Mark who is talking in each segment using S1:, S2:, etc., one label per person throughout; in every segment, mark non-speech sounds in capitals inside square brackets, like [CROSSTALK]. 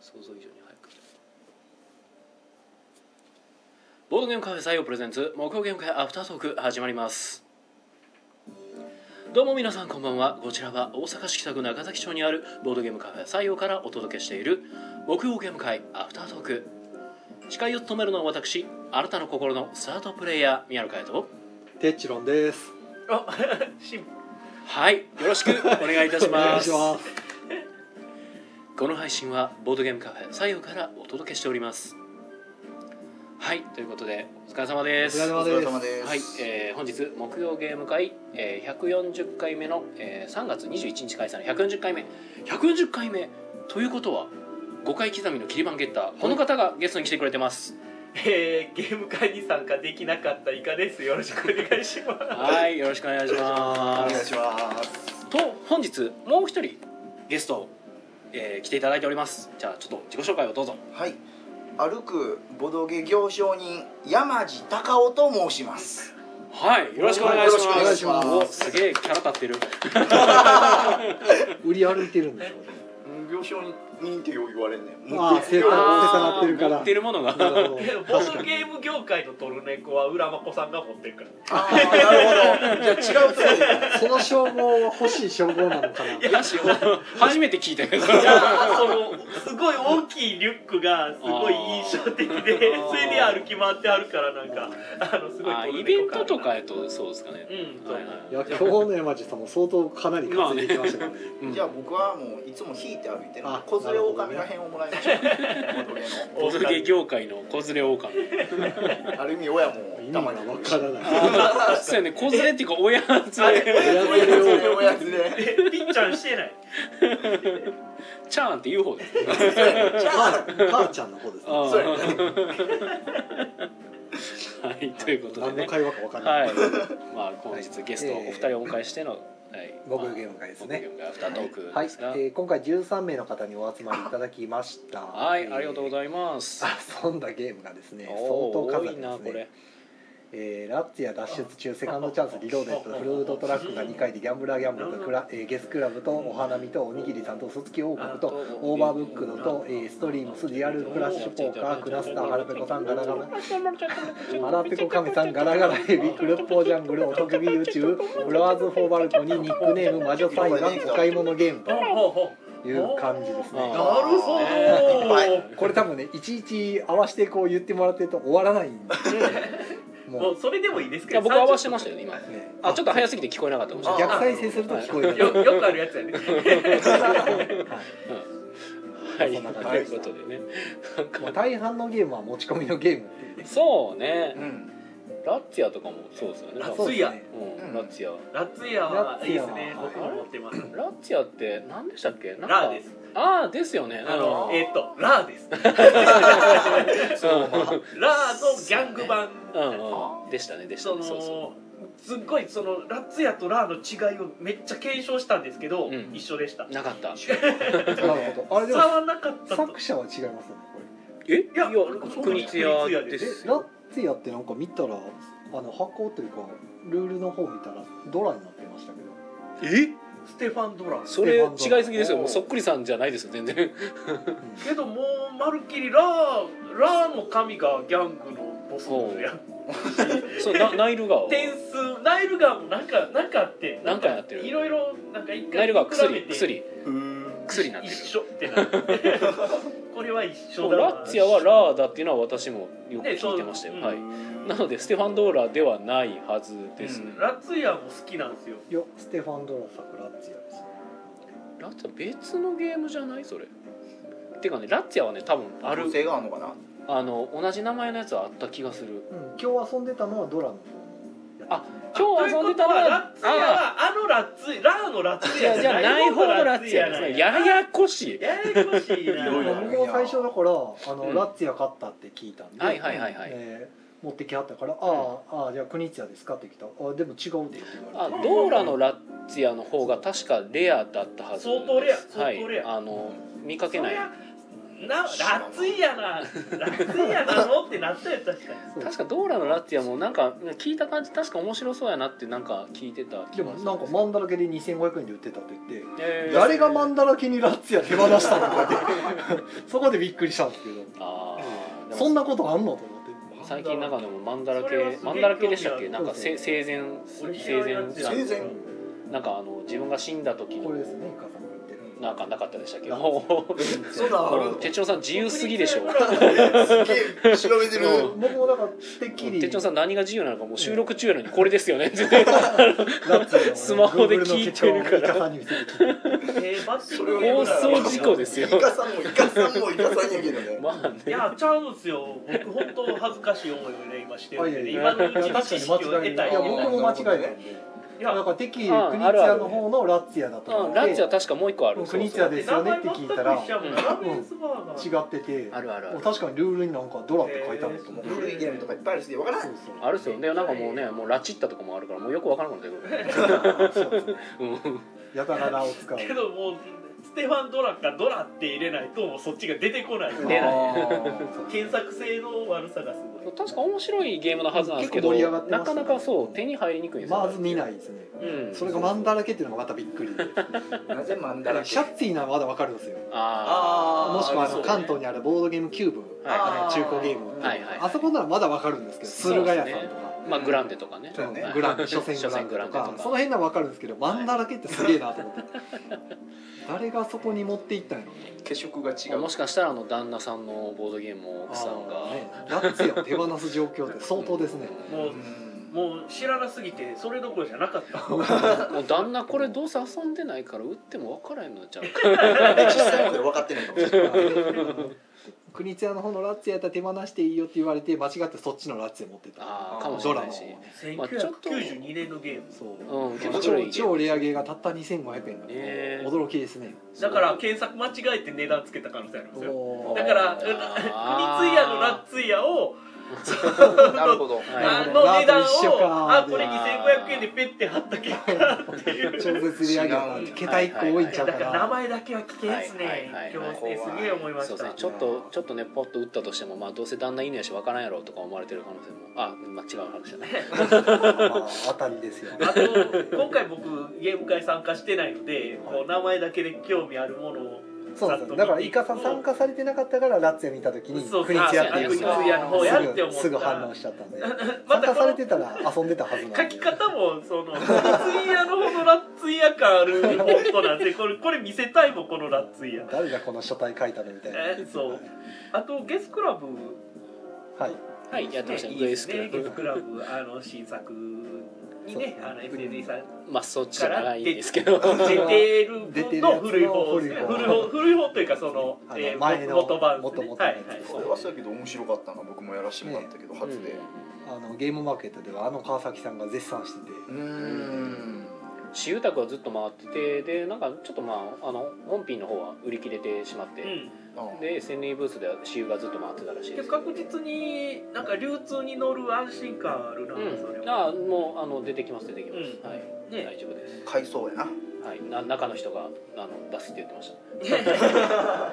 S1: 想像以上に早く来たボードゲームカフェ採用プレゼンツ木曜ゲーム会アフタートーク始まりますどうも皆さんこんばんはこちらは大阪市北区中崎町にあるボードゲームカフェ採用からお届けしている木曜ゲーム会アフタートーク司会を務めるのは私あなたの心のスタートプレイヤー宮野佳代と
S2: テッチロンです。
S3: あ、シン
S1: はいよろしくお願いいたし
S2: お願
S1: ま
S2: い
S1: す
S2: します。
S1: この配信はボードゲームカフェ左右からお届けしておりますはいということでお疲れ様です
S2: お疲れ様
S3: お疲れ様
S2: で
S3: です。
S1: はい、えー本日木曜ゲーム会、えー140回目の、えー3月21日開催の140回目140回目ということは5回刻みの切り番ゲッターこの方がゲストに来てくれてます
S3: えーゲーム会に参加できなかったイカです。よろしくお願いします。
S1: はいよろしくお願いしま
S4: お願い
S1: す
S4: します。
S1: と本日もう一人ゲスト、えー来ていただいておりますじゃあちょっと自己紹介をどうぞ
S4: はい。歩くボドゲ行商人山地隆夫と申します。
S1: はい、よろしくお願いします。
S4: はいよろしくお願いします
S1: おすげえキャラ立ってる。
S2: 売り歩いてるんでしょうね。
S4: 行商人ってよう言われんねん。
S2: ああ正解
S1: あ
S2: 持って下が
S1: ー
S2: ってるか
S1: 持
S2: ら
S1: ってるものが。
S2: なるほど
S3: えボードゲーム業界のトルネコは浦真子さんが持ってるから。
S4: ああなるほど。じゃあ違うとこで。
S2: その称号は欲しい称号なのかな。
S1: いやし、初めて聞いたよ。
S3: いやそのすごい大きいリュックがすごい印象的でそれで
S1: あー
S3: 歩き回ってあるからなんかあのすごい
S1: あ
S3: トルネコ感
S1: イベントとかやとそうですかね。
S3: うんそう
S1: はいはい
S2: いや今日の山地さんも相当かなり活躍してきましたからね。
S1: うん
S4: じゃあ僕はもういつも引いて歩いてるんで
S2: あ
S4: 小連れ狼ら編をもらいましょう。ボ
S1: ボ
S4: ドゲ
S1: ドゲ業界の子連れ狼。
S4: の。ある意味親も
S2: 意味
S4: た
S2: が
S4: ま
S2: わ
S4: に
S2: からない。
S1: そうやね、子連れっていうか親連れ。
S4: 親連れ親連れ。
S3: えりっちゃんしてない
S1: チャーンって言う方です。
S2: 母ちゃんの方ですね。
S1: あー
S4: そうやね
S1: [LAUGHS] はい、ということで
S2: 何の
S1: ね。
S2: 会話かわからな。
S1: はいい。まあ本日ゲストお二人をお迎えしての、はい。
S2: 僕ゲーム会ですね
S1: 僕ゲーム会アフタートーク
S5: はい
S1: ですが、。
S5: えー今回13名の方にお集まりいただきました。
S1: はい、ありがとうご
S5: い
S1: ざいます。
S5: ます。遊んだゲームがですね、相当
S1: おー
S5: 数
S1: 多
S5: あ
S1: い
S5: り
S1: な
S5: ま
S1: こ
S5: す
S1: れ
S5: ね。。えーラッツや脱出中セカンドチャンスリローデットフルードトラックが2回でギャンブラーギャンブルとクラ、えーゲスクラブとお花見とおにぎりさんと卒業王国とオーバーブックドと、えーストリームスリアルクラッシュポーカークラスターハラペコさんガラガラ
S2: [LAUGHS]
S5: ハラペコカメさんガラガラヘビクルッポージャングルおとぎ宇宙フラワーズフォーバルコニーニックネーム魔女裁判お買い物ゲームと
S3: ほうほ
S5: いう感じですね
S1: あー
S3: うなるほど
S4: いっぱい
S5: これ多分ねいちいち合わせてこう言ってもらってると終わらないんで
S3: も
S5: も
S3: うそれでもいいです
S1: い
S3: け
S1: や
S3: ど
S1: 僕合わせてましたよね今。
S5: うね
S1: あちょっと早すぎて聞こえなかったかもしれない。
S5: 逆再生すると聞こえる
S3: よよくあるやつやね
S5: [LAUGHS]
S1: はい、
S5: そんな感
S1: と
S5: じ
S1: い
S5: で
S1: う
S5: し
S1: こ
S5: た
S1: とでねなん
S5: ま
S1: か
S5: あ大半のゲームは持ち込みのゲームっていうね
S1: そうね、
S4: うん。
S1: ラッツィアとかもそうですよね
S3: ラッ
S1: 多
S3: ツ
S1: 分
S3: ィア
S5: そうですね
S1: う、
S4: うんん
S1: ラッツィア
S3: ラツヤはいいですね僕も持ってます
S1: ラッツィアって何でしたっけなんか
S3: ラーです
S1: ああですよね
S3: あの
S1: うん
S3: えーっとラー
S1: [LAUGHS]
S3: ですラーのギャング版
S1: うんうんでしたねでした
S3: そ
S1: ねそうそ
S3: のすっごいそのラツヤとラーの違いをめっちゃ検証したんですけど、
S1: うん
S3: 一緒でした
S1: うなかった
S5: なるほどあれで
S3: 差
S5: も
S3: はなかったと
S5: 作者は違いますよね
S1: えい
S3: や
S1: 国津屋
S3: 国
S1: で
S3: 津
S5: これ
S1: す
S5: えラッツィアってなんか見たらあの箱というかルールの方見たらドラになってましたけど
S1: え
S3: ステファン・ドラー
S1: それ違いすぎですよもうそっくりさんじゃないですよ全然
S3: けどもうまるっきりラーラーの神がギャングのボスやっ
S1: そうなナイル川を
S3: 点数ナイルガンもなんかなんかあって
S1: なんかやってる
S3: いろいろなんか一
S1: ナイ
S3: 回
S1: ル川
S3: 比べ
S1: 薬
S3: て
S1: 薬
S4: うん。
S1: 薬になってる
S3: 一緒ってなる
S1: [LAUGHS]
S3: これは一緒だわ
S1: ラッツィアはラーだっていうのは私もよく
S3: ねそう
S1: 聞いてましたよ、
S3: うん
S1: はいなのでステファン・ドーラではないはずですね、
S3: ラツヤも好きなんですよ
S5: いやステファン・ドラ作ラッツィアですね
S1: ラッツィア別のゲームじゃないそれてかねラッツィアはね多分ある
S4: 女性があるのかな。
S1: あの同じ名前のやつはあった気がする
S5: うん今日遊んでたのはドラの方のやつですね
S1: 今日遊んでたのは
S3: ラッツヤはあのラッツヤラーのラッツ
S1: じゃ
S3: ヤ
S1: あじゃあない方のラッツィア
S3: な
S1: で
S3: い
S1: すねややこしい
S3: ややこしいな。
S4: いろいろある
S5: 僕も最初だからあの、
S1: うん
S5: ラッツィア勝ったって聞いたんで、
S1: はいはいはいはい
S5: えー持ってきはったから「ああああじゃあ国津屋ですか?」って来た「あでも違うで」って言わ
S1: あ
S5: れて
S1: ドーラのラッツィアの方が確かレアだったはずです
S3: 相当レア相当レア
S1: はいあの見かけない
S3: そりゃなラツイやなラツイやなのってなったよ確かに
S1: 確かドーラのラッティアもなんか聞いた感じ確か面白そうやなってなんか聞いてた気
S2: で
S1: が
S2: も
S1: する
S2: なんかマンダラケで2500円で売ってたって言って
S1: えー
S2: 誰がマンダラケにラッツィア手放したのかって [LAUGHS] そこでびっくりしたんですけ [LAUGHS] ど
S1: あーでも
S2: そんなことあんのと思って
S1: 最近なんかでもマンダラ
S3: それは
S1: 系
S3: すげえ
S1: マンダラ系でしたっけ
S3: 興味
S1: な
S2: あ
S1: ん
S2: る
S1: かせ生前
S3: 俺知
S1: 生
S3: らんやつや
S1: 前
S4: 生前
S1: なんかあの自分が死んだ時
S2: こ
S1: の
S2: れですねイカさんが言ってる
S1: なんかなかったでしたっけ
S2: なんか
S1: もう
S4: そんなんある
S1: 哲ちさん自由すぎでしょ
S4: すげえ調べてる
S2: 僕もだからてっきり
S1: 哲ち
S2: ラ
S1: さん何が自由なのかもう収録中やのにこれです
S2: [LAUGHS]
S1: よね
S2: ッツィアの
S1: スマホで聞いてるから
S2: Google の結果をイカさんに見せて聞いて
S3: えーバッティングゲー
S1: 放
S3: ムだろ
S1: 送事故ですよ
S4: イカさんもイカさんもイカさんやけどね
S1: まあね
S3: いやちゃうんすよ僕本当恥ずかしい思いをね今してるんで、ね、
S2: いや
S3: 今
S2: い
S3: のうち
S2: や
S3: に
S2: 確か
S3: 知識
S2: に
S3: を
S2: 間違
S3: 得
S2: い
S3: た
S2: ない
S3: い
S2: いや僕も間違えたんで
S3: いや
S2: だからてっきりクニ
S1: あ
S2: ツ
S1: あるあ
S2: ィア
S1: る
S2: の方のラッツィアだと思
S1: うん
S2: っ
S1: ラッ
S2: て
S1: チは確かもう一個ある
S2: もう国一だ
S1: そう
S2: で
S3: 名前全く一
S1: う
S3: 緒やもん
S1: ん
S3: ラーメンスバーガー
S2: 違ってて
S1: そうあるあるあ
S2: もう
S1: る
S2: 確かにルールになんかドラって書いてあると思う
S4: ルールイゲームとかいっぱいあるし分から
S2: そ
S4: ん
S2: うそう
S1: あるっすよねなんかもうねもうラチッタとかもあるからもうよくわからなくなってくる
S2: そうですね
S1: うん
S2: やたららを使う
S3: けどもうステファン・ドラかドラって入れないともうそっちが出てこない
S1: 出ない
S3: 検索性の悪さがすごい
S1: 確か面白いゲームのはずなんですけど
S2: 結構盛り上がってま
S1: な
S2: した
S1: か
S2: ね
S1: なかそう手に入りにくいんですよ
S2: まず見ないですね
S1: うん
S2: それがマンダラケっていうのがまたびっくりで
S4: なぜマン
S2: だか
S4: ダラ
S2: らシャッツィーならまだわかるんですよ
S1: あ
S4: あー
S2: もしくはあ
S4: そう
S2: の
S4: ね
S2: 関東にあるボードゲームキューブ
S1: あはい
S2: 中古ゲーム
S1: はいはい
S2: あそこならまだわかるんですけど
S1: そうで
S2: 駿
S1: す
S2: 河
S1: ね
S2: 屋さんとか
S1: まあグランデとかね
S4: そうね
S1: はい
S2: グランデ所詮
S1: 所詮
S2: グランデ
S1: グラ
S2: と
S1: ンデと
S2: か
S1: か
S2: その辺ならわかるんですけどマンダラケってすげえなと思って誰がそこに持っていったんやろうね
S4: 血色が違
S1: まあ
S4: う
S1: もしかしたらあの旦那さんのボードゲームを奥さんが、
S2: あーねラッツィアを手放す状況って相当ですね
S3: もう
S4: うん
S3: もう知らなすぎてそれどころじゃなかった
S1: もう旦那これどうせ遊んでないから打っても分からへんのちゃうか
S4: 実際まで分かってないかもしれない
S2: 国津屋の方のラッツィアやったら手放していいよって言われて間違ってそっちのラッツィア持ってた
S1: あーかもしれないし
S2: ドラ
S1: まあちょっと
S3: 1992年のゲーム
S2: そう
S1: うん結構面白いゲ
S2: 超
S1: ー
S2: 超
S1: ム
S2: レアゲーがたった2500円だね
S1: えー
S2: 驚きですね
S3: だから検索間違えて値段つけた可能性ありますよ
S2: おー
S3: だから「国
S1: あー
S3: ツイヤのラッツイヤを
S4: なるほど
S1: はい
S3: あの値段を
S2: 一緒か
S3: あこれ2500円でペッて貼った結果っていう
S2: 超絶レアゲーが桁一個多いん [LAUGHS] ちゃ
S3: だ
S2: う
S3: か
S2: から
S3: 名前だけは危険です
S1: はいはい
S3: ね
S1: はいはい
S3: 今日ねすげえ思いま
S1: そ
S3: し
S1: うですね
S3: た
S1: ちょっとちょっとねポッと打ったとしてもまあどうせ旦那犬やし分からんやろとか思われてる可能性もあ、まあ、違う話だね
S2: まあ当たりですよね
S3: あと今回僕ゲーム会参加してないのでこう名前だけで興味あるものを
S2: そうなんですよだからイカさん参加されてなかったからラッツィア見た時に
S3: そう
S2: 国津屋って
S1: あ
S2: いう
S1: 国津
S3: 屋の方やって思った
S2: すぐすぐ反応しちゃったんで
S3: ま
S2: 参
S3: た
S2: 加
S3: こ
S2: され
S3: の
S2: てたら遊んでたはずなんで
S3: 書き方もその「ラッツイヤのほどラッツイヤ感あるフォントなん
S2: [LAUGHS]
S3: でこれこれ見せたいもんこのラッツイヤ
S2: 誰がこの書体書いたのみたいな
S3: えそうあとゲスクラブ
S2: はい
S1: はいやってました
S3: ね
S1: ね
S3: いい
S1: グ
S3: で
S1: エ
S3: す
S1: ス
S3: ね
S1: ク
S3: ゲスクラブあの新作にねあの SND さん
S1: まあそっちじゃないんですけど
S3: 出てる分の古い方です
S2: 出てる
S3: ね古い
S2: やつの古い
S3: 方
S2: 方
S3: 古い方というかその
S2: あの
S3: えー
S2: 前の
S3: 元版ですね
S2: 元々のやつ
S3: はいはい
S4: これはそうやけど面白かったな僕もやらしてもらったけど初で
S2: あのゲームマーケットではあの川崎さんが絶賛してて
S4: うーん
S1: 私有宅はずっと回っててでなんかちょっとまああの本品の方は売り切れてしまって、
S3: うん
S4: あ
S1: で SNE ブースでは私有がずっと回ってたらしい
S3: け
S1: で
S3: ど
S1: す
S3: 確実になんか流通に乗る安心感あるな、それ
S1: うん、
S3: は
S1: あもうあの出てきます出てきます、
S3: うん
S1: はい、
S3: ね
S1: 大丈夫です、
S4: 買いそうやな
S1: はい、な中の人があの出すって言ってました、
S3: [LAUGHS]
S1: まあ、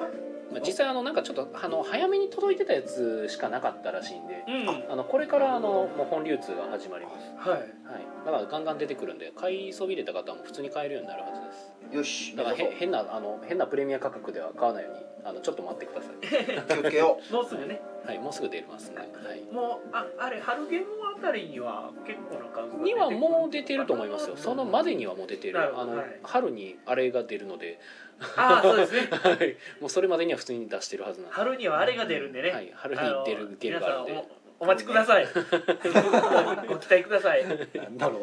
S1: 実際あのなんかちょっとあの早めに届いてたやつしかなかったらしいんで
S3: うんはい
S1: あのこれからあのもう本流通が始まります、はい、だからガンガン出てくるんで買いそびれた方も普通に買えるようになるはずです
S4: よし
S1: だからへ
S4: やっ
S1: 変なあの変なプレミア価格では買わないようにあのちょっと待ってください、
S4: とこう気をつけよ
S3: もうすぐね
S1: はい、もうすぐ出ますね、はい、
S3: もうああれ春ゲームあたりには結構な数が
S1: にはもう出てると思いますよそのまでにはもう出てる
S3: なるほど
S1: あの、
S3: はい
S1: 春にあれが出るので、
S3: ああそうですね
S1: [LAUGHS] はい、もうそれまでには普通に出してるはずなんで
S3: 春にはあれが出るんでね、
S1: はい、春に出るゲームがあるん
S3: 皆
S1: で
S3: さんおお待ちく
S1: [LAUGHS]
S3: ださいご期待ください
S2: なんだ
S3: [LAUGHS]
S2: ろう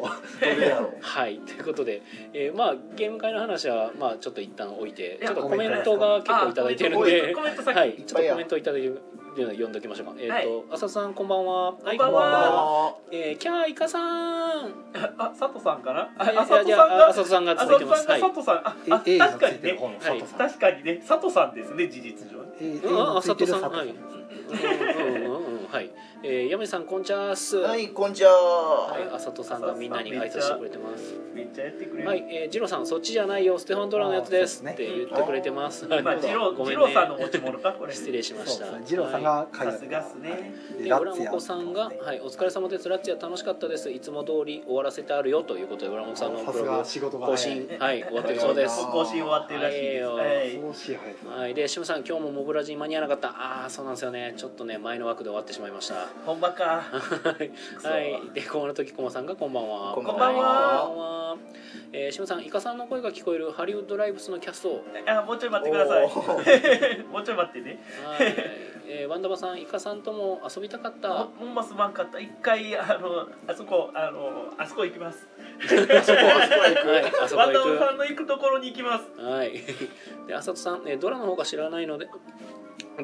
S4: [LAUGHS] うどれやろう
S1: はいということで、えーまあゲーム会の話はまあちょっと一旦置いて
S3: い
S1: ち
S3: や
S1: ょっとコメントが結構いただいてるんで
S3: あコメントコメントコメント先
S1: はい
S4: いっ
S1: ちょ
S4: ぱ
S1: っと
S4: いや
S1: コメントいただいてるので読んでおきましょうかえっ、と、浅田さんこんばんはこ
S3: んばんは
S1: えー、キャーイカさん
S3: あ佐藤さんかなあ
S1: いや
S3: 佐藤
S1: いや
S3: さんが
S1: 浅田さんが
S3: あ
S1: 続いて
S3: 佐
S1: ま
S3: 藤
S1: す
S3: さ
S1: は
S3: ん
S1: い
S3: が佐藤さ
S2: え
S3: んああ
S2: A がつ
S3: 確か
S2: い
S3: に
S2: てる
S3: ね
S2: 方の佐藤さん
S3: 確かにね佐藤さんですね事実上
S2: A
S1: うん、あ
S2: がつ
S1: 佐
S2: いて
S1: 藤
S2: る
S1: さん
S2: 佐藤
S1: は
S2: さ
S1: いう
S2: ん
S1: んうんうんうんはい、えー、山地さんこんちゃーす
S4: は
S1: はい、
S4: いこんにちは、
S1: あさとさんがみんなに挨拶してくれてます
S3: めっちゃやってくれる、
S1: はい、えー、ジロさんそっちじゃないよステファンドラのやつです
S5: あーそう
S1: って
S5: で
S1: 言ってくれてます、
S3: [LAUGHS]
S1: はい
S3: まあ、ジロ
S1: ごめ
S3: ジ
S1: ん
S3: ロ
S1: ね
S3: さんの持ち物かこれ
S1: 失礼しまし
S5: そ
S1: た
S5: うですね二郎さんが書い
S3: さ
S5: て
S3: すがっすね
S5: で
S1: で
S5: ラ
S1: 浦
S5: ッツ
S1: 本さんが、はい「お疲れ様ですラッツィア楽しかったですいつも通り終わらせてあるよ」ということで浦本さんの
S2: さ
S1: ブ
S2: す
S1: ロ
S2: が
S1: グ
S2: 仕事が
S1: 更
S2: 早い
S1: 新はい終わってるそうです
S3: 更新終わってるらしいです、
S1: はい
S3: はい
S2: 恐ろしい早さ
S1: はいでシムさん今日もモブラジに間に合わなかったああそうなんですよねちょっとね前の枠で終わってしまいましたは
S3: ほんま [LAUGHS] か
S1: い、はい、でこの時コマさんがこんばんは
S4: こんば
S3: んは
S1: こんばんはえー、シムさんイカさんの声が聞こえるハリウッドライブスのキャスト
S3: あもうちょい待ってください
S4: お
S3: [LAUGHS] もうちょい待ってね
S1: はい、えー、ワンダバさんイカさんとも遊びたかった
S3: ほんますまんかった一回あのあそこあのあそこ行きます [LAUGHS]
S1: はいあそこ
S3: ワ
S1: 行
S3: ンダオ
S1: く
S3: さんの行くところに行きます
S1: はい。で、浅田さん、えードラの方が知らないので。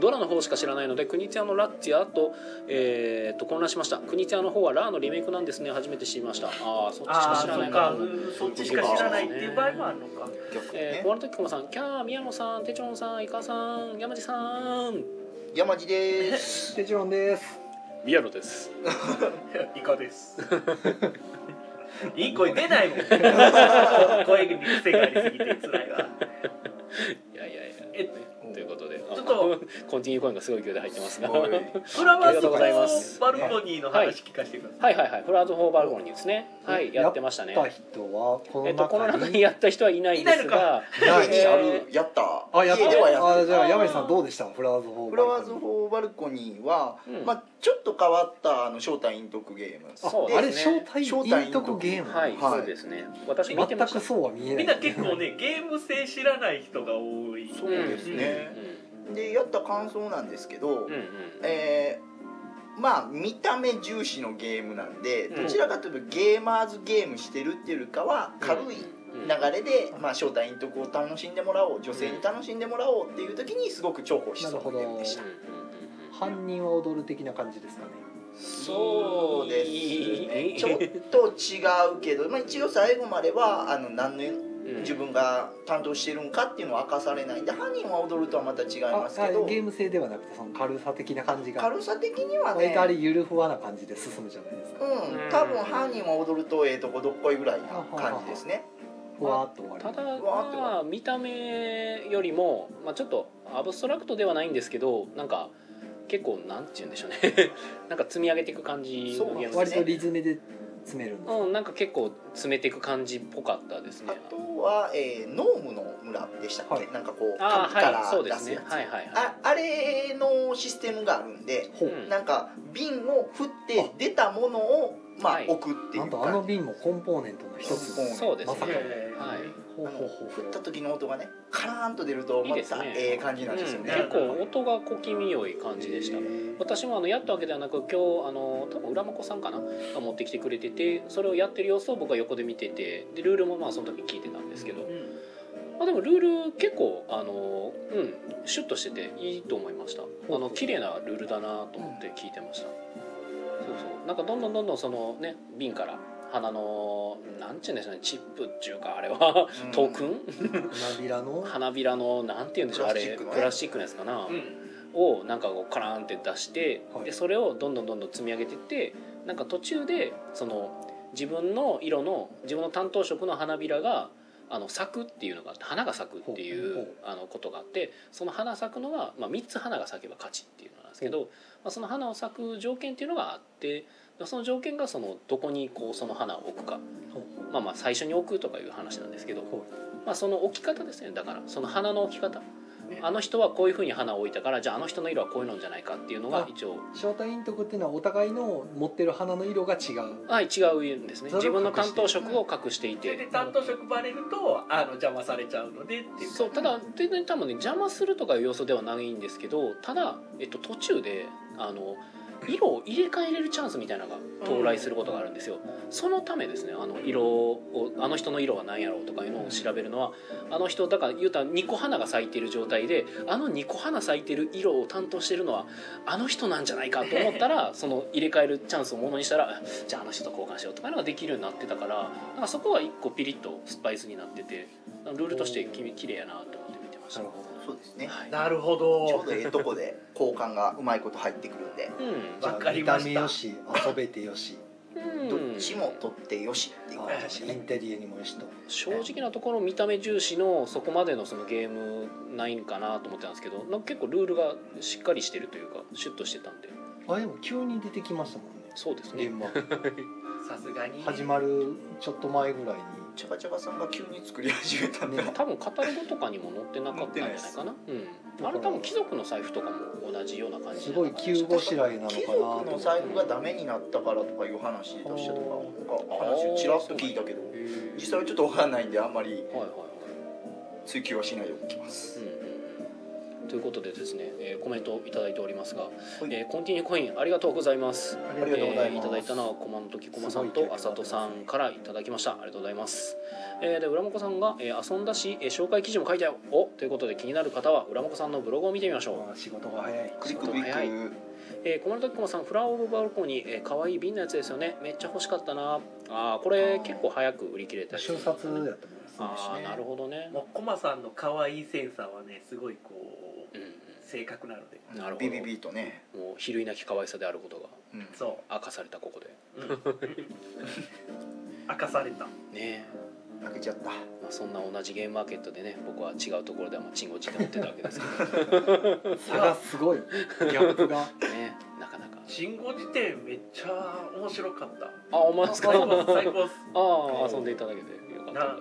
S1: ドラの方しか知らないので国津屋のラッツィアと,、えー、と混乱しました国津屋の方はラーのリメイクなんですね初めて知りましたああそっちしか
S3: ああ
S1: 知ら
S3: そ
S1: な
S3: っ
S1: い
S3: か
S1: か
S3: うんそっちしか知らないっていう場合もあるの
S1: [LAUGHS]
S3: か
S4: 曲
S1: え
S4: ね
S1: ー、小丸時駒さん「キャー宮野さんテチョンさんイカさん山地さん
S4: 山地です
S2: テチロンです
S1: 宮野です
S3: イカです [LAUGHS] いい声出な
S1: [LAUGHS]
S3: いもん声に癖がありすぎて辛いわ」
S1: いやいやいや
S3: え
S1: ねということで [LAUGHS]
S3: ちょっと
S1: あコンティニューコインがすごい勢いで入ってますが
S4: おい
S1: はい
S3: フラワ
S1: ありが
S3: ーズ
S1: とう
S3: の
S1: ございます
S3: バルコニーの話聞かせてください
S1: はいはいフラード・フォー・バルゴニーですねはいやってましたね
S5: やった人はこ
S1: え
S5: の
S1: っとこの
S5: 中
S1: 中
S5: に
S1: に [LAUGHS] やった人はいないんです
S3: いない
S1: が
S4: 家にあ
S1: え
S4: るやった
S5: あやった
S4: 家ではやった
S5: あじゃあ山井さんどうでしたフラワーズ4
S4: フラワーズ・フォー・バルコニーは、
S1: うん
S4: まあ、ちょっと変わったあの正体隠匿ゲーム
S1: あそう
S5: あ
S1: で
S5: れ
S1: すね
S5: 招待陰徳ゲーム
S1: はい、
S4: はい
S1: そうですね。私見て
S5: 全
S1: ました。
S5: くそうは見えない
S3: みんな結構ねゲーム性知らない人が多い
S4: そうですね、でやった感想なんですけど、
S1: うんうん。
S4: えーまあ見た目重視のゲームなんで
S1: うん
S4: どちらかというとゲーマーズゲームしてるっていうよりかは軽い
S1: 流
S4: 流れで、まあ、正体隠匿を楽しんでもらおう女性に楽しんでもらおうっていう時にすごく重宝しそうなゲームでした
S5: 犯人は踊る的な感じですかね
S4: そうですねちょっと違うけど、まあ、一応最後まではあの何の自分が担当してるんかっていうのは明かされないんで犯人は踊るとはまた違い
S5: あ
S4: ますけど
S5: あゲーム性ではなくてその軽さ的な感じが
S4: 軽さ的には
S5: 割
S4: ね
S5: とあれゆるふわな感じで進むじゃないですか
S4: うん多分犯人は踊るとええとこどっこいぐらいな感じですね
S5: ふわっと終わり
S1: ただ
S4: うわーって
S1: まあ見た目よりもまあちょっとアブストラクトではないんですけどなんか結構なんて言うんでしょうね [LAUGHS] なんか積み上げていく感じのゲームで
S5: 割
S1: す
S5: と
S1: ね
S5: リズムで詰めるんです
S1: うんなんか結構詰めていく感じっぽかったです
S4: あ
S1: ね
S4: とは、えーノームの村でしたっけ、
S5: はい
S4: なんかこう
S1: あ
S4: 紙
S1: あ
S4: から
S1: はいそうで
S4: 出
S1: す
S4: す
S1: ね
S4: やつ
S1: はいはいはい
S4: ああれのシステムがあるんで
S5: ほう
S1: うん
S4: なんか瓶を振って出たものをまあ、
S1: はい
S4: 置くってい
S5: な
S4: うん
S5: とあの
S4: 感じ
S5: 瓶もコンポーネントの一つ
S4: コンポーネント
S1: そうです
S5: まさ
S1: ね
S5: か
S1: はい
S5: ほう
S4: あ
S5: ほう
S4: の
S5: ほう
S4: 振った時の音がねカラーンと出ると
S1: いい
S4: ま
S1: です
S4: た
S1: ね
S4: ええ感じなんです
S1: う
S4: よ
S1: ん
S4: ね
S1: 結構音が小気味よい感じでした私もあのやったわけではなく今日あの多分浦真子さんかなが持ってきてくれててそれをやってる様子を僕は横で見ててでルールもまあその時聞いてたんですけど、まあ、でもルール結構あのうんシュッとしてていいと思いましたあの綺麗なルールだなと思って聞いてました、そうそうなんかどんどんどんどんそのね瓶から花のなんて言うんでしょうねチップっていうかあれは
S4: うん
S1: トークン
S5: 花びらの
S1: 花びらのなんて言うんでしょうあれ
S4: プラスチックのね
S1: プラスチックのやつかな、をなんかこうカラーンって出して、
S5: はい
S1: でそれをどんどんどんどん積み上げてってなんか途中でその自分の色の自分の担当色の花びらがあの咲くっていうのがあって花が咲くってい
S5: ほう
S1: う
S5: ほう
S1: あのことがあってその花咲くのは、まあ、3つ花が咲けば勝ちっていうのなんですけど、まあ、その花を咲く条件っていうのがあってその条件がそのどこにこうその花を置くか
S5: ほう
S1: まあまあ最初に置くとかいう話なんですけど、まあ、その置き方ですねだからその花の置き方、あの人はこういうふうに花を置いたからじゃああの人の色はこういうのじゃないかっていうのが
S5: あ
S1: 一応
S5: 正体陰徳っていうのはお互いの持ってる花の色が違う
S1: はい違うんですね
S5: それを隠して
S1: 自分の担当色を隠してい
S3: それで
S1: て。
S3: 担当職バレるとあの邪魔されちゃうのでっていう
S1: そうただ全然多分ね邪魔するとかいう要素ではないんですけどただ、えっと、途中であの色を入れ替えれるチャンスみたいなのが到来することがあるんですよ、そのためですねあの色をあの人の色は何やろうとかいうのを調べるのはあの人だから言うたら2個花が咲いてる状態であの2個花咲いてる色を担当してるのはあの人なんじゃないかと思った
S3: [LAUGHS]
S1: らその入れ替えるチャンスをものにしたらじゃああの人と交換しようとかいうのができるようになってたからなんかそこは1個ピリッとスパイスになっててルールとしてき綺麗やなと思って見てまました
S5: なるほど
S4: そうですね、
S1: はい
S3: なるほ
S4: ちょ
S3: ど
S4: うどええとこで交換がうまいこと入ってくるんで、
S1: うん
S5: じゃ
S3: わ
S5: あ
S3: かり
S5: 見
S3: ま
S5: た
S3: した
S5: 目よし遊べてよし
S4: どっちも取ってよしっていう感じです
S5: イ
S4: ね
S5: ンテリアにもよしと
S1: 正直なところ見た目重視のそこまでのそのゲームないんかなと思ってたんですけどなんか結構ルールがしっかりしてるというかシュッとしてたんで
S5: あでも急に出てきましたもんね
S1: そうですね
S5: 現場
S3: さすがに
S5: 始まるちょっと前ぐらいに
S4: チャバチャバさんが急に作り始めたんで、
S5: ね
S1: 多分カタログとかにも載ってなかったんじゃないか [LAUGHS] なうん、あれ多分貴族の財布とかも同じような感じ
S5: すごい急ごしらいなのかな
S4: 貴
S5: と
S4: 族
S5: 思って
S4: の財布がダメになったからとかいう話出したとかなんか話をちらっと聞いたけど実際はちょっとわかんないんであんまり
S1: はいはいは
S4: 追求はしないでおきます
S1: い、うんうん、ということでですね、えーコメントを頂いただいておりますが、
S4: い
S1: えーコンティニューコインありがとうございます
S5: あ
S4: りがとうござい
S1: えー
S4: ま
S1: い
S4: す
S1: ただいたのは駒の時駒さんとあさとさんからいただきましたありがとうございます、えーで浦本さんが、えー遊んだし、えー紹介記事も書いたよおということで気になる方は浦本さんのブログを見てみましょう
S5: まあ仕事が早い
S4: クリッククリ
S1: 早い
S4: ック
S1: えー、小丸時駒さんフラワーオブバルコニー、えー、可愛い瓶のやつですよねめっちゃ欲しかったなあーこれ
S4: あー
S1: 結構早く売り切れたり
S5: 瞬殺だと思います
S1: ああなるほどね、
S3: もうコマさんの可愛いセンサーはねすごいこ
S1: うん
S3: う正確なので
S1: なるほど
S4: ビビビとね、
S1: うん、もう比類なき可愛さであることが
S4: うん
S3: そ
S1: 明かされたここで
S3: う、うん、明かされた
S1: ね
S4: 負けちゃった
S1: え、まあ、そんな同じゲームマーケットでね僕は違うところではまあチンゴチンって持ってたわけですけ
S4: [LAUGHS]
S5: [LAUGHS] 差がすごいギャップが
S1: どねなかなか
S3: 信号辞典めっちゃ面白かった
S1: あお前ですか
S3: 最高っす
S1: [LAUGHS] あ
S3: 最高っす
S1: あ遊んでいただけてよかったよ
S3: な
S1: か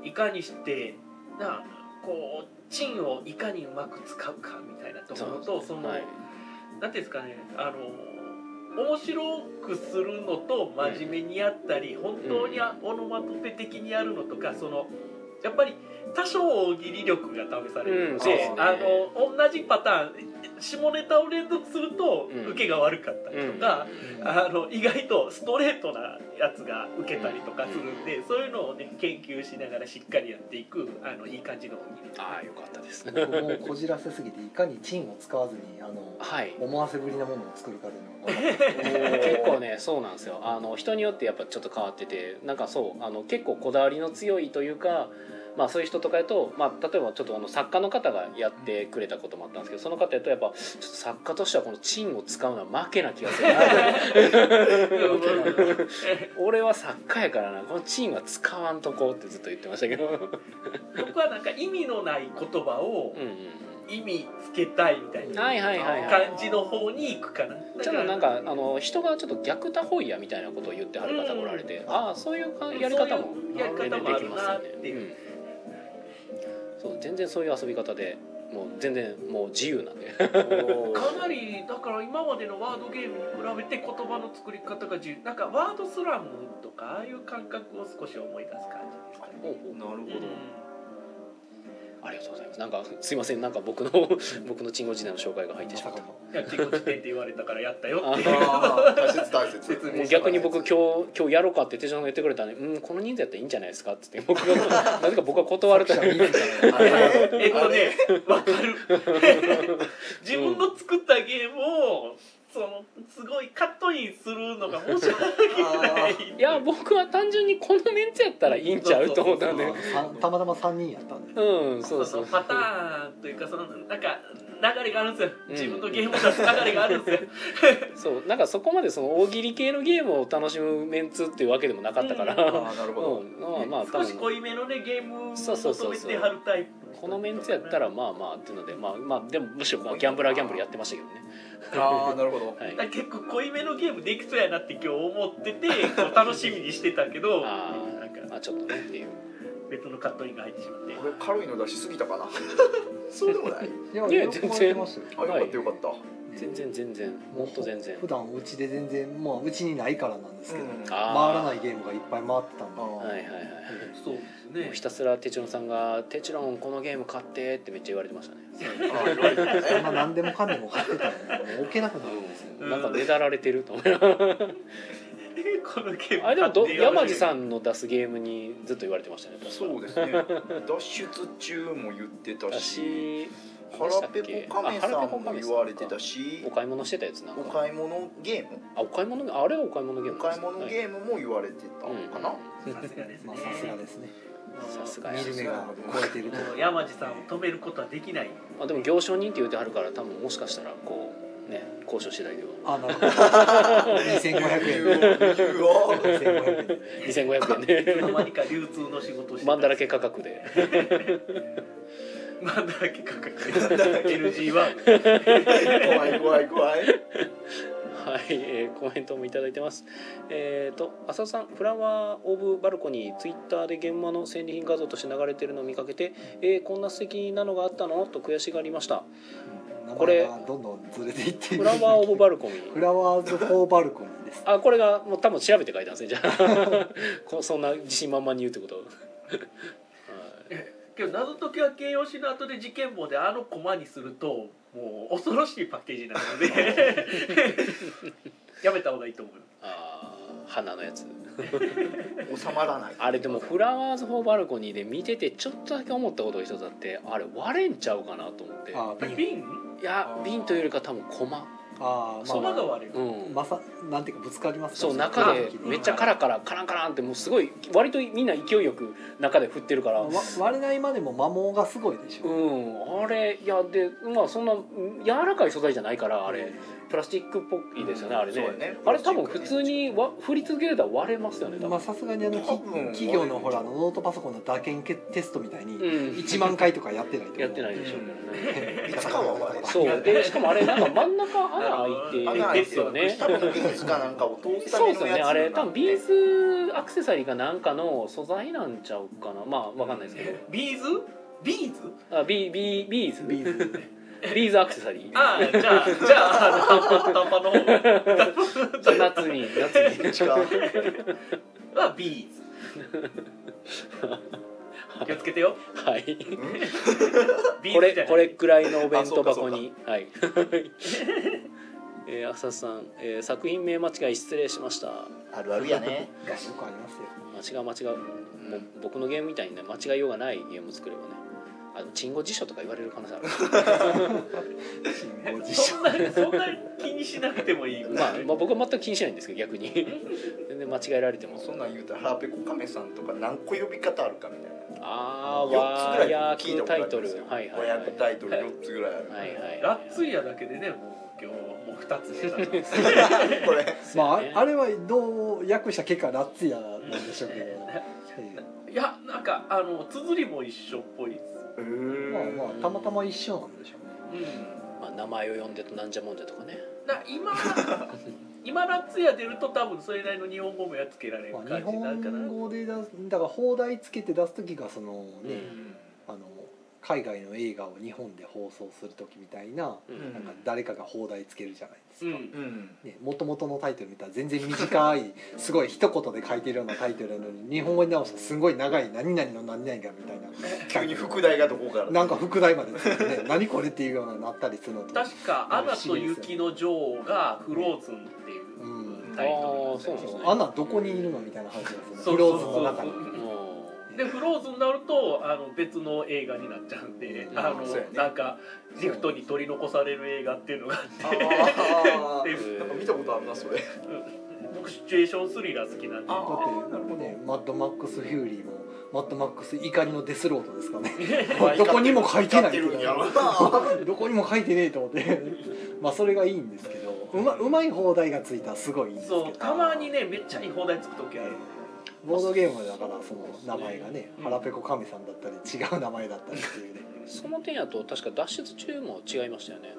S1: っ
S3: いかにしてなこうチンをいかにうまく使うかみたいなと
S1: た
S3: こ
S1: そ
S3: ろ
S1: うで
S3: と
S1: す
S3: そ
S1: ね
S3: の、
S1: はい
S3: なんていうんですかねあの面白くするのと真面目にやったり、本当にオノマトペ的にやるのとかそのやっぱり多少大喜利力が試される
S1: うん
S3: の
S1: そう
S3: で,、
S1: ですね
S3: あの同じパターン下ネタを連続すると
S1: うん
S3: 受けが悪かったりとか、あの意外とストレートなやつが受けたりとかするんで、そういうのをね研究しながらしっかりやっていくあのいい感じの
S1: ああよかったです
S5: 僕もうこじらせすぎていかにチンを使わずにあの
S1: [LAUGHS] はい
S5: 思わせぶりなものを作るかというのが分かった
S1: 結構ねそうなんですよあの人によってやっぱちょっと変わっててなんかそうあの結構こだわりの強いというか、まあ、そういう人とかやと、まあ、例えばちょっとあの作家の方がやってくれたこともあったんですけどその方やとやっぱちょっと作家としてはこのチンを使うのは負けな気がする [LAUGHS] な俺は作家やからなこのチンは使わんとこうってずっと言ってましたけど [LAUGHS]
S3: 僕はなんか意味のない言葉を
S1: うん、
S3: 意味つけたいみたい
S1: うん、
S3: な
S1: はいはいはいはい
S3: 感じの方に行くかな
S1: ちょっとなんかあの人がちょっと逆他本やみたいなことを言ってはる方がおられて、ああそういうかやり方も
S3: そういうやり方もあるなっていう
S1: うんそう全然そういう遊び方でもう全然もう自由
S3: [LAUGHS]
S1: なんで
S3: かなりだから今までのワードゲームに比べて言葉の作り方が自由なんかワードスラムとかああいう感覚を少し思い出す感じですかね、
S1: ほうほう
S4: なるほど
S1: ありがとうございますなんかすいませんなんか僕の [LAUGHS] 僕のチンゴ時代の紹介が入ってしまったも
S3: いや自己辞典って言われたからやったよっていう
S4: あー大切
S1: [LAUGHS]
S4: 大切
S3: 説明
S1: う逆に僕
S4: 日
S1: 今日今日やろうかって手順が言ってくれたんで「うんこの人数やったらいいんじゃないですか」っつって僕が
S3: [LAUGHS]
S1: なぜか僕は断ると
S5: 作者自ら
S4: あれ
S3: えっとねわかる [LAUGHS] 自分の作ったゲームをそのすごいカットインするのが申し訳ないってう
S1: いや僕は単純にこのメンツやったらいいんちゃうと思ったんで
S5: さたまたま3人やったんで
S1: うん
S3: そ
S1: そうう
S3: そ
S1: そうう
S3: パターンというかそのなんか流れがあるんですよ、
S1: うん
S3: 自分のゲームとして流れがあるんですよ
S1: そうなんかそこまでその大喜利系のゲームを楽しむメンツっていうわけでもなかったから、
S3: うん
S1: う
S4: あーなるほど、
S1: ん [LAUGHS] まあまあ多
S3: 少し
S1: 分
S3: 濃いめのねゲームを
S1: そうそうそ
S3: 求
S1: う
S3: め
S1: そう
S3: てはるタイプ人
S1: このメンツやったらまあまあっていうのでまあまあでもむしろまあギャンブラーギャンブルやってましたけどね
S4: ああなるほど
S1: はい
S3: だから結構濃いめのゲームできそうやなって今日思っ
S1: [LAUGHS]
S3: ててこう楽しみにしてたけど
S1: あー
S3: なんか
S1: まあちょっとねっていう
S3: 別のカットインが入ってしまって
S4: これ軽いの出しすぎたかなそうでもない
S5: いや
S1: いや
S5: よく超えてますよ
S4: あよかったよかった、
S1: 全然全然もっと全然
S5: 普段うちで全然まあうちにないからなんですけど、
S4: うん
S5: 回
S1: あ
S5: らないゲームがいっぱい回ってたん
S4: あ
S1: ー
S4: ー
S5: で
S1: はいはいはいはい
S3: そうです
S1: もうひたすらテチロンさんが「テチロンこのゲーム買って」ってめっちゃ言われてましたね
S4: あーなるほど
S5: そんな何でもかんでも買ってたらねもう置けなくなるんですよ、
S3: うん
S1: なんかねだられてると思いながら
S3: このゲーム
S1: あれでもど山地
S3: ん
S1: さんの出すゲームにずっと言われてましたね確か
S4: そうですね脱出中も言ってた
S1: だ
S4: し
S1: し
S4: 腹ペコカメさんも言われてたし
S1: お買い物してたやつなん
S4: お
S1: か
S4: 買い物ゲーム
S1: あお買い物ゲームあれはお買い物ゲー
S4: お
S1: ム
S4: 買い物
S1: ー
S4: ゲームも言われてたかな、
S3: さすがです
S5: ま
S3: ね
S5: あさすがですね
S4: う
S1: さすがや
S2: 見る目が超えてると
S3: もう山地さんを止めることはでき
S1: [LAUGHS]
S3: ない
S1: まあでも行商人って言うてはるから多分もしかしたらこうね交渉次第では
S2: あなるほど2500円
S4: うおうお
S2: 2500円で
S1: 2500円 [LAUGHS] で、
S3: いつの間にか流通の仕事をして
S1: マンだら
S3: け
S1: け価格で
S3: マンだらけ価
S1: [LAUGHS]
S3: 格 LG は
S4: 怖い怖い怖い
S1: はい、えーコメントもいただいてます。えっ、と、浅田さん、フラワーオブバルコニー、ツイッターで現場の戦利品画像として流れてるのを見かけて、えーこんな素敵なのがあったのと悔しがりました。こ
S2: こ
S1: れ
S2: れどんどんずれていって
S1: フ
S2: る
S1: ラワーオブバルコニ
S2: フ
S1: ー。
S2: ラワーズ・フォー・バルコニーです
S1: あ、これがもう多分調べて書いたんですね。じゃあ、 [LAUGHS] こそんな自信満々に言うってこと。はい
S3: けど謎解きは形容詞の後で事件簿であのコマにするともう恐ろしいパッケージなのでやめた方がいいと思う
S1: あー花のやつ
S4: 収まらない
S1: あれでもフラワーズ・フォー・バルコニーで見ててちょっとだけ思ったことが一つあってあれ割れんちゃうかなと思って
S2: あー瓶
S3: 瓶
S1: いや瓶というよりか多分駒
S2: あー
S3: そ
S2: ま
S3: ば
S2: あ
S3: が割れる
S1: うん
S2: まさなんていうかぶつかりますね
S1: そう中で
S2: 時々
S1: めっちゃカラカラカランカランってもうすごい割とみんな勢いよく中で振ってるから
S2: わ割れないまでも摩耗がすごいでし
S1: う
S2: ょ
S1: んあれいやでまあそんなうん柔らかい素材じゃないからあれプラスチックっぽいですよねあれ
S4: そう
S1: ね
S4: やね
S1: あれ多分普通にわ振り続けたら割れますよね多
S2: まあ
S1: 分
S2: さすがにあのき
S4: 多分
S2: 企業のほらあのノートパソコンの打鍵テストみたいに
S1: うん
S2: 1万回とかやってないと思う
S1: やってないでしょうけどね
S4: いつかは割れる
S1: そうでしかもあれなんか真ん中穴開い
S4: 穴
S1: て
S4: 開
S1: で
S4: い
S1: す
S4: てる
S1: よね
S4: 多分ビーズかなんかを通すた
S1: そう
S4: め
S1: です
S4: の
S1: よねあれ
S4: やつ
S1: 多分ビーズアクセサリーかなんかの素材なんちゃうかなまあわかんないですけど
S3: ビーズビーズ
S1: あビービービーズ
S2: ビーズ
S1: ビーズアクセサリー
S3: ああじゃあじゃああの短パンの方
S1: 夏に夏に
S4: ズ違う
S3: はビー
S1: [LAUGHS]
S3: ズ気をつけてよ
S1: [LAUGHS] はい
S3: ビ
S1: こ
S3: ーズじゃ
S1: れ
S3: ない
S1: これくらいのお弁当箱にはい [LAUGHS] えー浅田さん、えー作品名間違い失礼しました
S4: あるあるやね
S2: がよくありますよ
S1: 間違う間違うもう僕のゲームみたいにね間違いようがないゲーム作ればねあの鎮護辞書とか言われる可能性あ
S4: [LAUGHS]
S1: る
S2: 信号辞
S3: そ
S2: 書
S3: んなそんな気にしなくてもいいぐ
S1: まあ
S3: らい、
S1: まあ僕は全く気にしないんですけど逆に [LAUGHS] 全然間違えられても
S4: そんなん言うたらハーペコカメさんとか何個呼び方あるかみたいな
S1: ああ
S4: 4つ
S1: ワ
S4: ぐ
S1: ー
S4: ら
S1: ヤ
S4: い
S1: ー
S4: 聞いた
S1: クタ
S4: ことあ
S1: イ
S4: る
S1: ト
S4: んで
S1: ル
S4: すよ
S1: はいはいはい
S4: 500タイトル4つぐらいある
S1: はいはい
S3: ラッツイヤだけでねもう今日もう2つしてたじゃないですか
S4: これ [LAUGHS]
S2: まあああれはどう訳した結果ラッツやなんでしょうけど、え
S3: いやなんかあの綴りも一緒っぽいです、
S4: う
S2: え
S4: ん
S2: まあまあたまたま一緒なんでしょうね
S3: うん、
S1: まあ名前を呼んでとなんじゃもんじゃとかね
S3: だ今今ラッツイヤ出ると多分それなりの日本語もやっつけられる
S2: ま
S3: 感
S2: あ
S3: じ
S2: 日
S3: になるかな、
S2: 本語で出すだから放題つけて出す時がその
S1: う
S2: ね、
S1: ん
S2: あの海外の映画を日本で放送する時みたいな
S1: う
S2: なん
S1: ん
S2: か誰かが放題つけるじゃないです
S3: う
S2: か。
S3: ん
S4: うん
S2: ね、元々のタイトル見たら全然短
S3: [LAUGHS]
S2: いすごい一言で書いてるようなタイトルなのに日本語に直すとすごい長い「何々の何々が」みたいな
S4: 急に副題がどこから
S2: なんか副題までついて
S3: [LAUGHS]
S2: ね「何これ」っていうようなのになったりするのと
S3: 確か「アナと雪の女王」が「フローズン」っていううんタイトル
S1: あーそう
S3: な
S1: なん
S3: んです
S1: です
S3: ね
S1: ね
S2: 「アナどこにいるの?」みたいな話ですよね
S3: そ
S2: フ
S3: うそ
S2: ロ
S3: う
S2: ーズンの中に
S3: そうそう
S1: も
S3: でフローズンになるとあの別の映画になっちゃうんで、
S2: うん
S3: あの
S4: そうやね
S3: なんかリフトに取り残される映画っていうのがあって
S4: あ
S1: う
S4: ー
S3: で
S4: なんか見たことあるなそれ
S3: 僕シチュエーションスリラー好きなんで
S2: だ
S3: [LAUGHS]
S2: ってねマッドマックス・フューリーもマッドマックス怒りのデスロードですかね [LAUGHS] どこにも書いてない
S4: やってるんやろな
S2: どこにも書いてねえと思
S3: [LAUGHS]
S2: ってまあそれがいいんですけどうまうまい放題がついたらすごいいいんですけ
S3: そ
S2: ど
S3: うたまにねめっちゃいい放題つく時ある
S2: ボードゲームだからその名前がね
S3: うん
S2: 腹ペコカメさんだったり違う名前だったりっていうね
S1: うその点やと確か脱出中も違いましたよね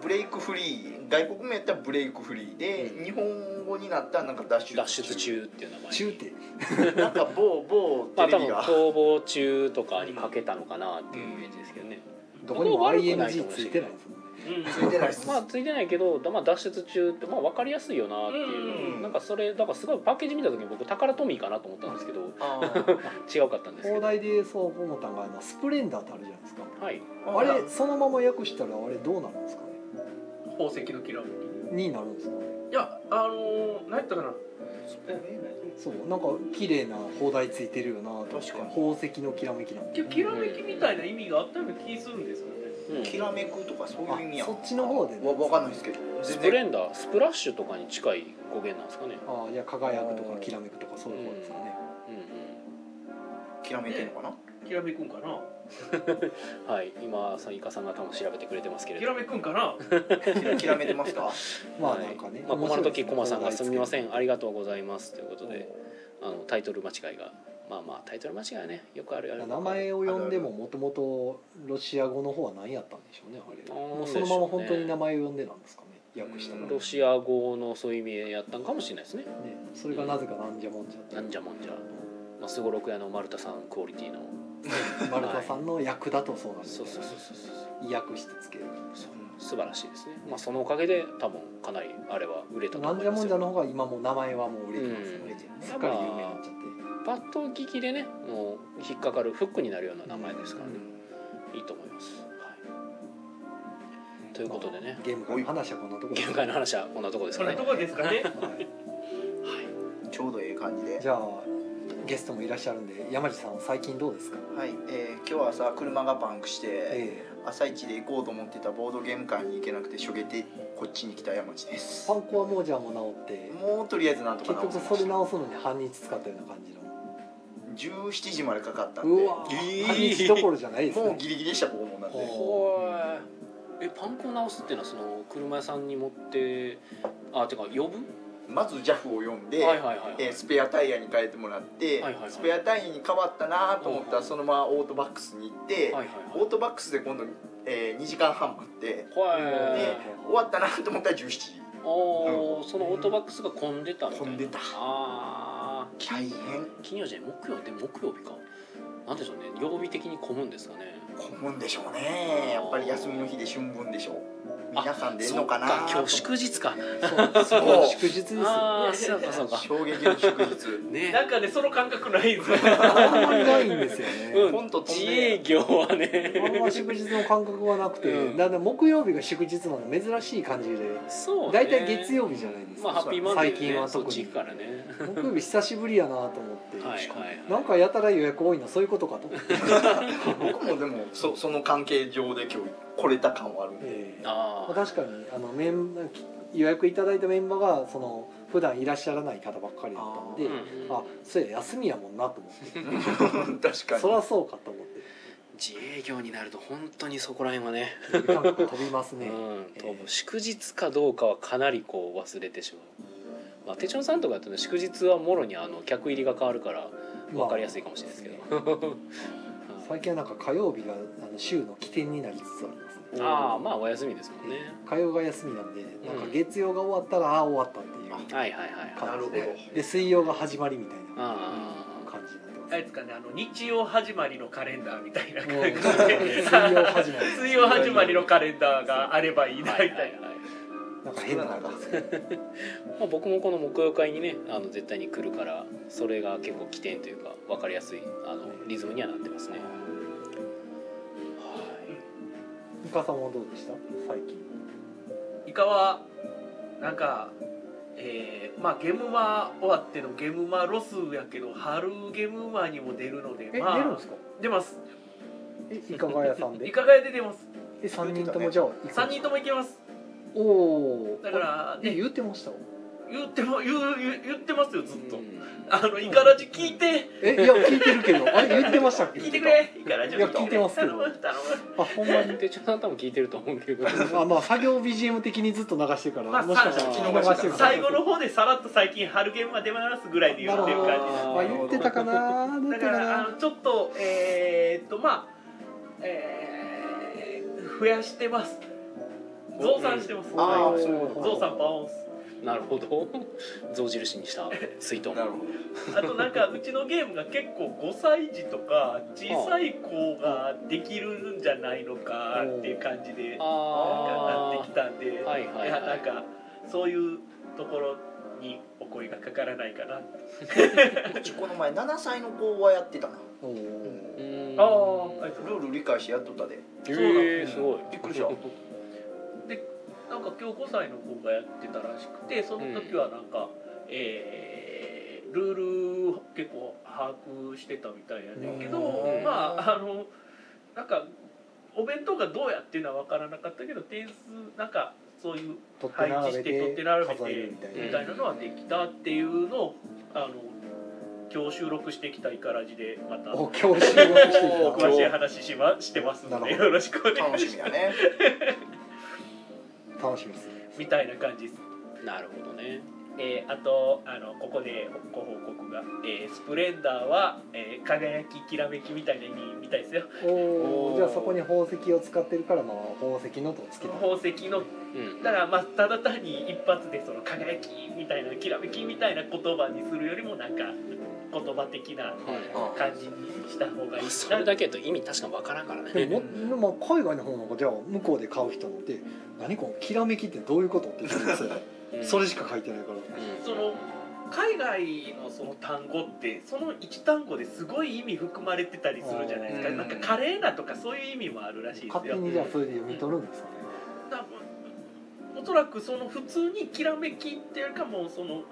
S4: ブレイクフリー外国名やったらブレイクフリーで、
S1: うん
S4: 日本語になったらなんか脱出
S1: 脱出中っていう名前
S2: 中って
S4: なんか某某
S1: ま
S4: テ
S1: あ多
S4: レビ
S1: 分
S4: が、
S1: 逃亡中とかにかけたのかなっていうイメージですけどね、
S2: どこにも ING ついてないですもんね
S3: うん
S4: ついてないっす
S1: まあついてないけど、まあ、脱出中ってまあ分かりやすいよなって
S3: うん
S1: いう、
S4: うん
S1: なんかそれだからすごいパッケージ見た時に僕宝トミーかなと思ったんですけど
S4: あー
S1: 違うかったんですけ
S2: 放
S1: ど
S2: 題でそう思ったのがあのスプレンダーってあるじゃないですか
S1: はい
S2: あれそのまま訳したらあれどうなるんですかね
S3: 宝石のキラー
S2: になるんですかね
S3: いやあのー、何やったかな
S2: そうなんか綺麗な砲台ついてるよなと思って
S4: 確かに
S2: 宝石のきらめきなんて
S3: ききらめきみたいな意味があったような気するんですよね
S1: うん
S4: きらめくとかそういう意味や
S2: あそっちの方でね
S4: わわかんないですけど
S1: ス
S4: 全
S1: プレ
S4: 然
S1: ンダースプラッシュとかに近い語源なんですかね
S2: ああいや輝くとかきらめくとかそういう方ですかね
S1: うんうん
S4: きらめてるのかな、
S3: きらめくんかな
S1: はい今さイカさんが多分調べてくれてますけれ
S3: き
S1: ど
S3: らめくんかな
S4: きらめてま
S2: [LAUGHS]
S4: すか
S2: まあなんか
S1: は
S2: ね。
S1: いまあ、困る時コマさんが「すみませ
S2: ん。
S1: んありがとうございます」ということであのタイトル間違いがまあまあタイトル間違いはねよくあるある
S2: 名前を呼んでももともとロシア語の方は何やったんでしょうねあれ。
S1: なんで
S2: もう
S1: しょ
S2: そう
S1: ね
S2: のまま本当に名前を呼んでなんですかね。訳したら。
S1: ロシア語のそういう意味やったんかもしれないですね
S2: ね、それがなぜかなんじゃもんじゃって。
S1: なんじゃもんじゃまあすごろく屋の丸田さんクオリティの
S2: 丸田さんの役だとそうなんです
S1: そう
S2: よ
S1: そうそうそう
S2: ね。訳してつける。
S1: そう素晴らしいですねまあそのおかげで多分かなりあれは売れたと
S2: なん
S1: 思い
S2: じゃ
S1: ま
S2: も
S1: す
S2: んじゃ
S1: よ
S2: の方が今もう名前はもう売れてます
S1: う
S2: よ
S1: ん
S2: ね。すっかり有名になっちゃって。
S1: パッと聞きでねもう引っかかるフックになるような名前ですからね、いいと思います、はい、ということでね
S2: ゲーム界の話はこんなところ
S1: ゲーム界の話はこんなとこです
S3: そ
S1: か
S3: れ
S1: ね
S3: とこですか
S4: [LAUGHS]
S3: ね
S2: はい
S4: ちょうどいい感じで
S2: じゃあゲストもいらっしゃるんで山地さん最近どうですか、
S4: はい、えー今日はさ車がパンクして、
S2: ええ
S4: 朝一で行こうと思ってたボードゲーム館に行けなくてしょげてこっちに来た山地です
S2: パンコはもうじゃあもう治って
S4: もうとりあえずなんとか
S2: 結
S4: 直せ
S2: 局そ
S4: ま
S2: れ
S4: した
S2: 直すのに半日使ったような感じの
S4: 17時までかかったんで
S2: うわ、
S1: ええ
S2: 半日どころじゃないです
S4: もう
S2: ね
S4: ギリギリでしたここもなんで
S2: ほ
S1: えパン粉を直すっていうのはその車屋さんに持ってあてか呼ぶ
S4: まず JAF を読んで、
S1: はいはいはいはい、
S4: えースペアタイヤに変えてもらって、
S1: はいはいはい
S4: スペアタイヤに変わったなと思った
S1: はいは
S4: ら
S1: い
S4: そのままオートバックスに行って、
S1: はいはいはい
S4: オートバックスで今度、え2時間半待って
S1: は
S4: で
S1: い
S4: 終わったなと思ったら17時
S1: おーそのオートバックスが混んでたみたいな
S4: 混んでた
S1: あー
S4: 大変
S1: 金曜じゃない木曜で木曜日かなんでしょうね曜日的に混むんですかね
S4: 混むんでしょうねやっぱり休みの日で春分でしょう皆さん出んのかな
S1: そっ今日祝日か
S2: うそう
S4: もう
S2: 祝日ですよ
S1: ああそうかそうか
S4: [LAUGHS] 衝撃の祝日
S1: ね
S3: なんかねその感覚ないです
S2: あんまりないんですよ
S1: う
S2: ね、
S4: ポンと
S1: ん、
S4: 飛ん
S1: 自
S4: で
S1: 営業は
S2: あん
S1: ね
S2: ま祝日の感覚はなくて、
S1: うん
S2: だんだん木曜日が祝日なの珍しい感じで
S1: [LAUGHS] そうね
S2: 大体月曜日じゃないです
S1: ま
S2: か、
S1: あハッピーマンデー、ね、
S2: 最近は特に
S1: そっち行くからね
S2: 木曜日久しぶりやなと思って、
S1: はいはいはい
S2: なんかやたら予約多いなそういうことかと思って、
S4: 僕もでもそその関係上で今日来れた感はあ
S1: [LAUGHS]
S4: るんで
S2: ええ
S1: あ
S2: まあ
S1: あ
S2: 確かにあのメン予約いただいたメンバーがその普段いらっしゃらない方ばっかりだったんで
S1: うんうん
S2: あ,、そうや休みやもんなと思って
S4: 確かに
S2: そらそうかと思っ
S1: 自営業になると本当にそこら辺はね
S2: て感覚飛びます
S1: う
S2: ね、
S1: ん
S2: えー
S1: 多分祝日かどうかはかなりこう忘れてしまう、まあ、手帳さんとかだとね祝日はもろにあの客入りが変わるから
S2: まあ
S1: 分かりやすいかもしれないですけど、 [LAUGHS]
S2: 最近はなんか火曜日があの週の起点になりつつありますね
S1: ああまあお休みですもんね、
S2: 火曜が休みなんでなんか月曜が終わったらああ終わったっていう
S1: はいはいはい
S4: な
S2: 感
S4: る
S2: じ
S4: ほ
S2: で
S4: ど
S2: で水曜が始まりみたいな
S1: ああ
S2: 感じになってます
S3: あれですかねあの日曜始まりのカレンダーみたい [LAUGHS] な
S2: も
S3: 感
S2: う
S3: じ
S2: 水
S3: で
S2: 曜始まり
S3: 水曜始まりのカレンダーがあればいいなみたいな、
S2: なんか変な感じですけど
S1: まあ、僕もこの木曜会にねあの絶対に来るからそれが結構起点というか分かりやすいあのリズムにはなってますねは
S2: 三笠さんはどうでした最近
S3: イカはなんか、えーまあゲームマ終わってのゲームマロスやけど春ゲームマにも出るので
S2: え、
S3: まあ
S2: 出るんですか
S3: 出ます
S2: えいかが屋さん
S3: イ
S2: で
S3: カガヤで出ます
S2: え3人ともじゃあ
S3: 3人とも行けます
S2: もおお
S3: だから
S2: え
S3: ね
S2: 言うてました
S3: 言っても言う言う言ってますよずっ
S1: い
S3: と、
S1: うん
S3: あのイカラジ聞いて
S2: えいや聞いてるけどあれ言ってました
S3: [LAUGHS]
S2: っけ
S3: 聞いてくれイカラジを聞いて
S2: いや聞いてますけ
S3: 頼
S2: ど
S3: む頼
S2: あほんまに
S1: 手帳さん多分聞いてると思うけど
S2: あ [LAUGHS] まあ作業 BGM 的にずっと流してから、
S3: まあ
S2: もしかしたら聞き逃して
S4: そ
S2: る
S4: う
S3: む
S2: か
S3: 最後の方でさらっと最近春ゲームは出ますぐらいで言ってる
S2: なる
S3: 感
S2: ほど
S3: じ
S1: あー
S2: まあ言ってたかな出
S3: だ
S2: てた
S3: からあ
S2: な
S3: のちょっとえー、っとまあえー、増やしてます増産してます、
S4: あー
S3: は
S2: おー
S4: そういう
S3: い、増産パオンス
S1: なるほど [LAUGHS] 象印にした水筒
S4: なるほど
S3: あ
S1: [LAUGHS]
S3: となんかうちのゲームが結構5歳児とか小さい子ができるんじゃないのかっていう感じでなんかなって
S1: あ
S3: きたんで、
S1: あはいはいはい
S3: やなんかそういうところにお声がかからないかな
S4: うちこの前7歳の子はやってたな
S2: おお
S1: あ
S2: ー
S1: うん
S3: あーありがとう
S4: ルール理解してやっとったで
S1: へえすごい
S4: びっくりした
S3: なんか今日5歳の子がやってたらしくてその時はなんか、えールール結構把握してたみたいやねんけど、
S1: うん
S3: まああのなんかお弁当がどうやっていうのは分からなかったけど点数なんかそういう
S2: 取って
S3: 配置
S2: 並
S3: し
S2: べ
S3: て取ってて並べ
S2: 数える
S3: て
S2: みたい
S1: うん
S3: み
S2: な
S3: たいなのはできたっていうのをあの今日収録してきたイカラジでまた
S2: お教習をしてきた
S4: お
S3: 詳しい話し,、ま、してますの
S2: な
S3: で
S2: るほ
S3: よろしくお願いしま
S4: 楽
S3: す
S4: しみやね
S2: 楽しみですね
S3: みたいな感じです
S1: なるほどね
S3: えーあとあのここでご報告が、えースプレンダーは、えー輝ききらめきみたいな意味みたいですよ
S2: お
S1: おー
S2: おじゃあそこに宝石を使ってるからまあ宝石のとつけた
S3: 宝石の
S1: うん
S3: だからまあただ単に一発でその輝きみたいなきらめきみたいな言葉にするよりもなんか言葉的な
S1: は
S3: 感じにした方がいい
S1: い、
S3: な
S1: それだけだと意味確かにわからんから
S2: で
S1: ね
S2: も、まあ、海外の方なんかじゃあ向こうで買う人なんて「何このきらめきってどういうこと?」って言ってますよ
S3: [LAUGHS]
S1: うん
S2: それしか書いてないから
S1: うん
S3: その海外のその単語ってその一単語ですごい意味含まれてたりするじゃないですか
S4: うん
S3: なんか華麗なとかそういう意味もあるらしいですよ
S2: 勝手にじゃあそれで読み取るんですかね
S3: 多分おそらくその普通にきらめきっていうかもうその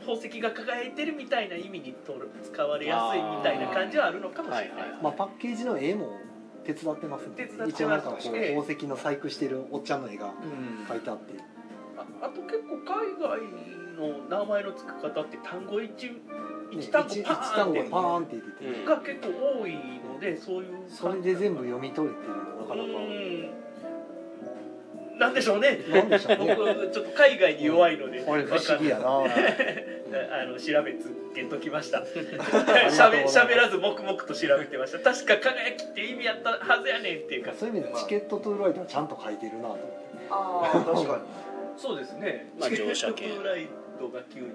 S3: 宝石が輝いてるみたいな意味にとる使われやすいみたいな感じはあるのかもしれない
S1: あーはいはい
S2: まあ、パッケージの絵も手伝ってますんで、
S3: 手伝ってます
S2: 一応なんかこう
S3: ええ
S2: 宝石の細工してるおっちゃんの絵が
S4: うん
S2: 書いてあって
S3: ああと結構海外の名前の付く方って単語一一単語
S2: 一
S3: パーン
S2: 単
S3: っ
S2: 語
S3: て
S2: パーンって出てて、
S1: うん
S3: が結構多いのでそういう
S2: それで全部読み取れてるのなかなか
S3: うんなんでしょうね
S2: なんでしょう
S3: 僕
S2: ね
S3: ちょっと海外に弱いので、
S2: これ不思議やな
S3: あの調べつけとき
S2: [LAUGHS]
S3: ました
S2: り
S3: し
S2: がとう
S3: ゃ
S2: ござ
S3: べしゃ
S2: います
S3: べらず黙々と調べてました確か輝きって意味やったはずやねんっていうか
S2: そういう意味ではチケットトゥーライドはちゃんと書いてるなと思って
S4: ああ確かに
S3: そうですね
S1: まあ乗車券
S3: チケットライドが急に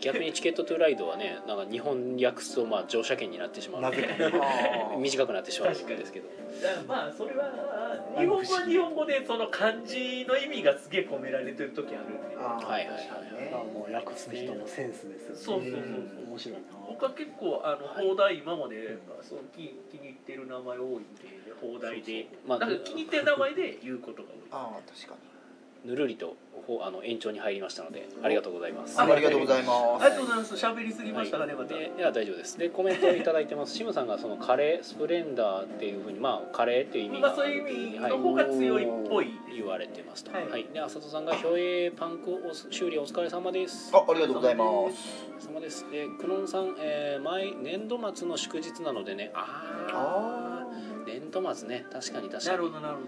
S1: 逆にチケットトゥーライドはねなんか日本訳すとまあ乗車券になってしまうの
S2: な
S1: で
S2: ぜかね
S1: 短くなってしまうんですけど
S3: だからまあそれは日本語は日本語でその漢字の意味がすげえ込められてる時あるんで
S4: あー
S1: はいはい
S4: 確かに
S2: あ
S4: ね
S2: もう訳す人のセンスですよね
S3: そうそうそう
S2: うん面白いな
S3: 僕は結構あの
S1: はい
S3: 放題今までその気気に入ってる名前多いんで放題で
S1: ま
S3: な
S1: あ
S3: んか気に入ってる名前で言うことが多い
S4: あー確か
S1: ぬるりとほあの延長に入りましたのでありがとうございます
S4: にありがとうございま
S3: ありがとうございます喋りすぎましたがねまた
S1: でいや大丈夫ですでコメントをいただいてますシムさんがそのカレースプレンダーっていうふうにまあカレーっていう意味
S3: ま
S1: が
S3: あそういう意味の方が強いっぽい
S1: 言われてますと、は
S3: はいい
S1: で浅戸さんが「表映パンクお修理お疲れ様です」
S4: すあありがとうございます
S1: お疲れ様ですでクノンさん、えー毎年度末の祝日なのでねああ年度末ね確かに確
S3: な
S1: か
S3: るほ
S1: に、
S3: どなるほ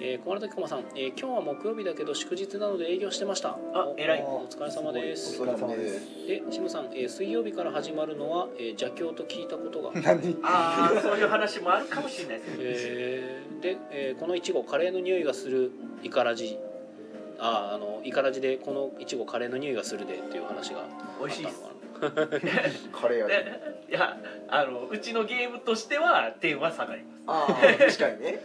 S1: えー、小丸時駒さん、えー今日は木曜日だけど祝日なので営業してました
S3: あ
S1: お
S3: 偉い
S1: お疲れ様です
S2: すごいお疲れ様です
S1: でシムさん、えー水曜日から始まるのは、えー邪教と聞いたことが
S2: 何
S3: どああそういう話もあるかもしれないですね
S1: えーで、えーこのいちごカレーの匂いがするイカラジあーあのイカラジでこのいちごカレーの匂いがするでっていう話があった
S3: 美
S1: の
S3: 味しいです
S1: か
S4: カレー味
S3: でいやあのうちのゲームとしては点は下がります
S4: あー確かにね
S1: な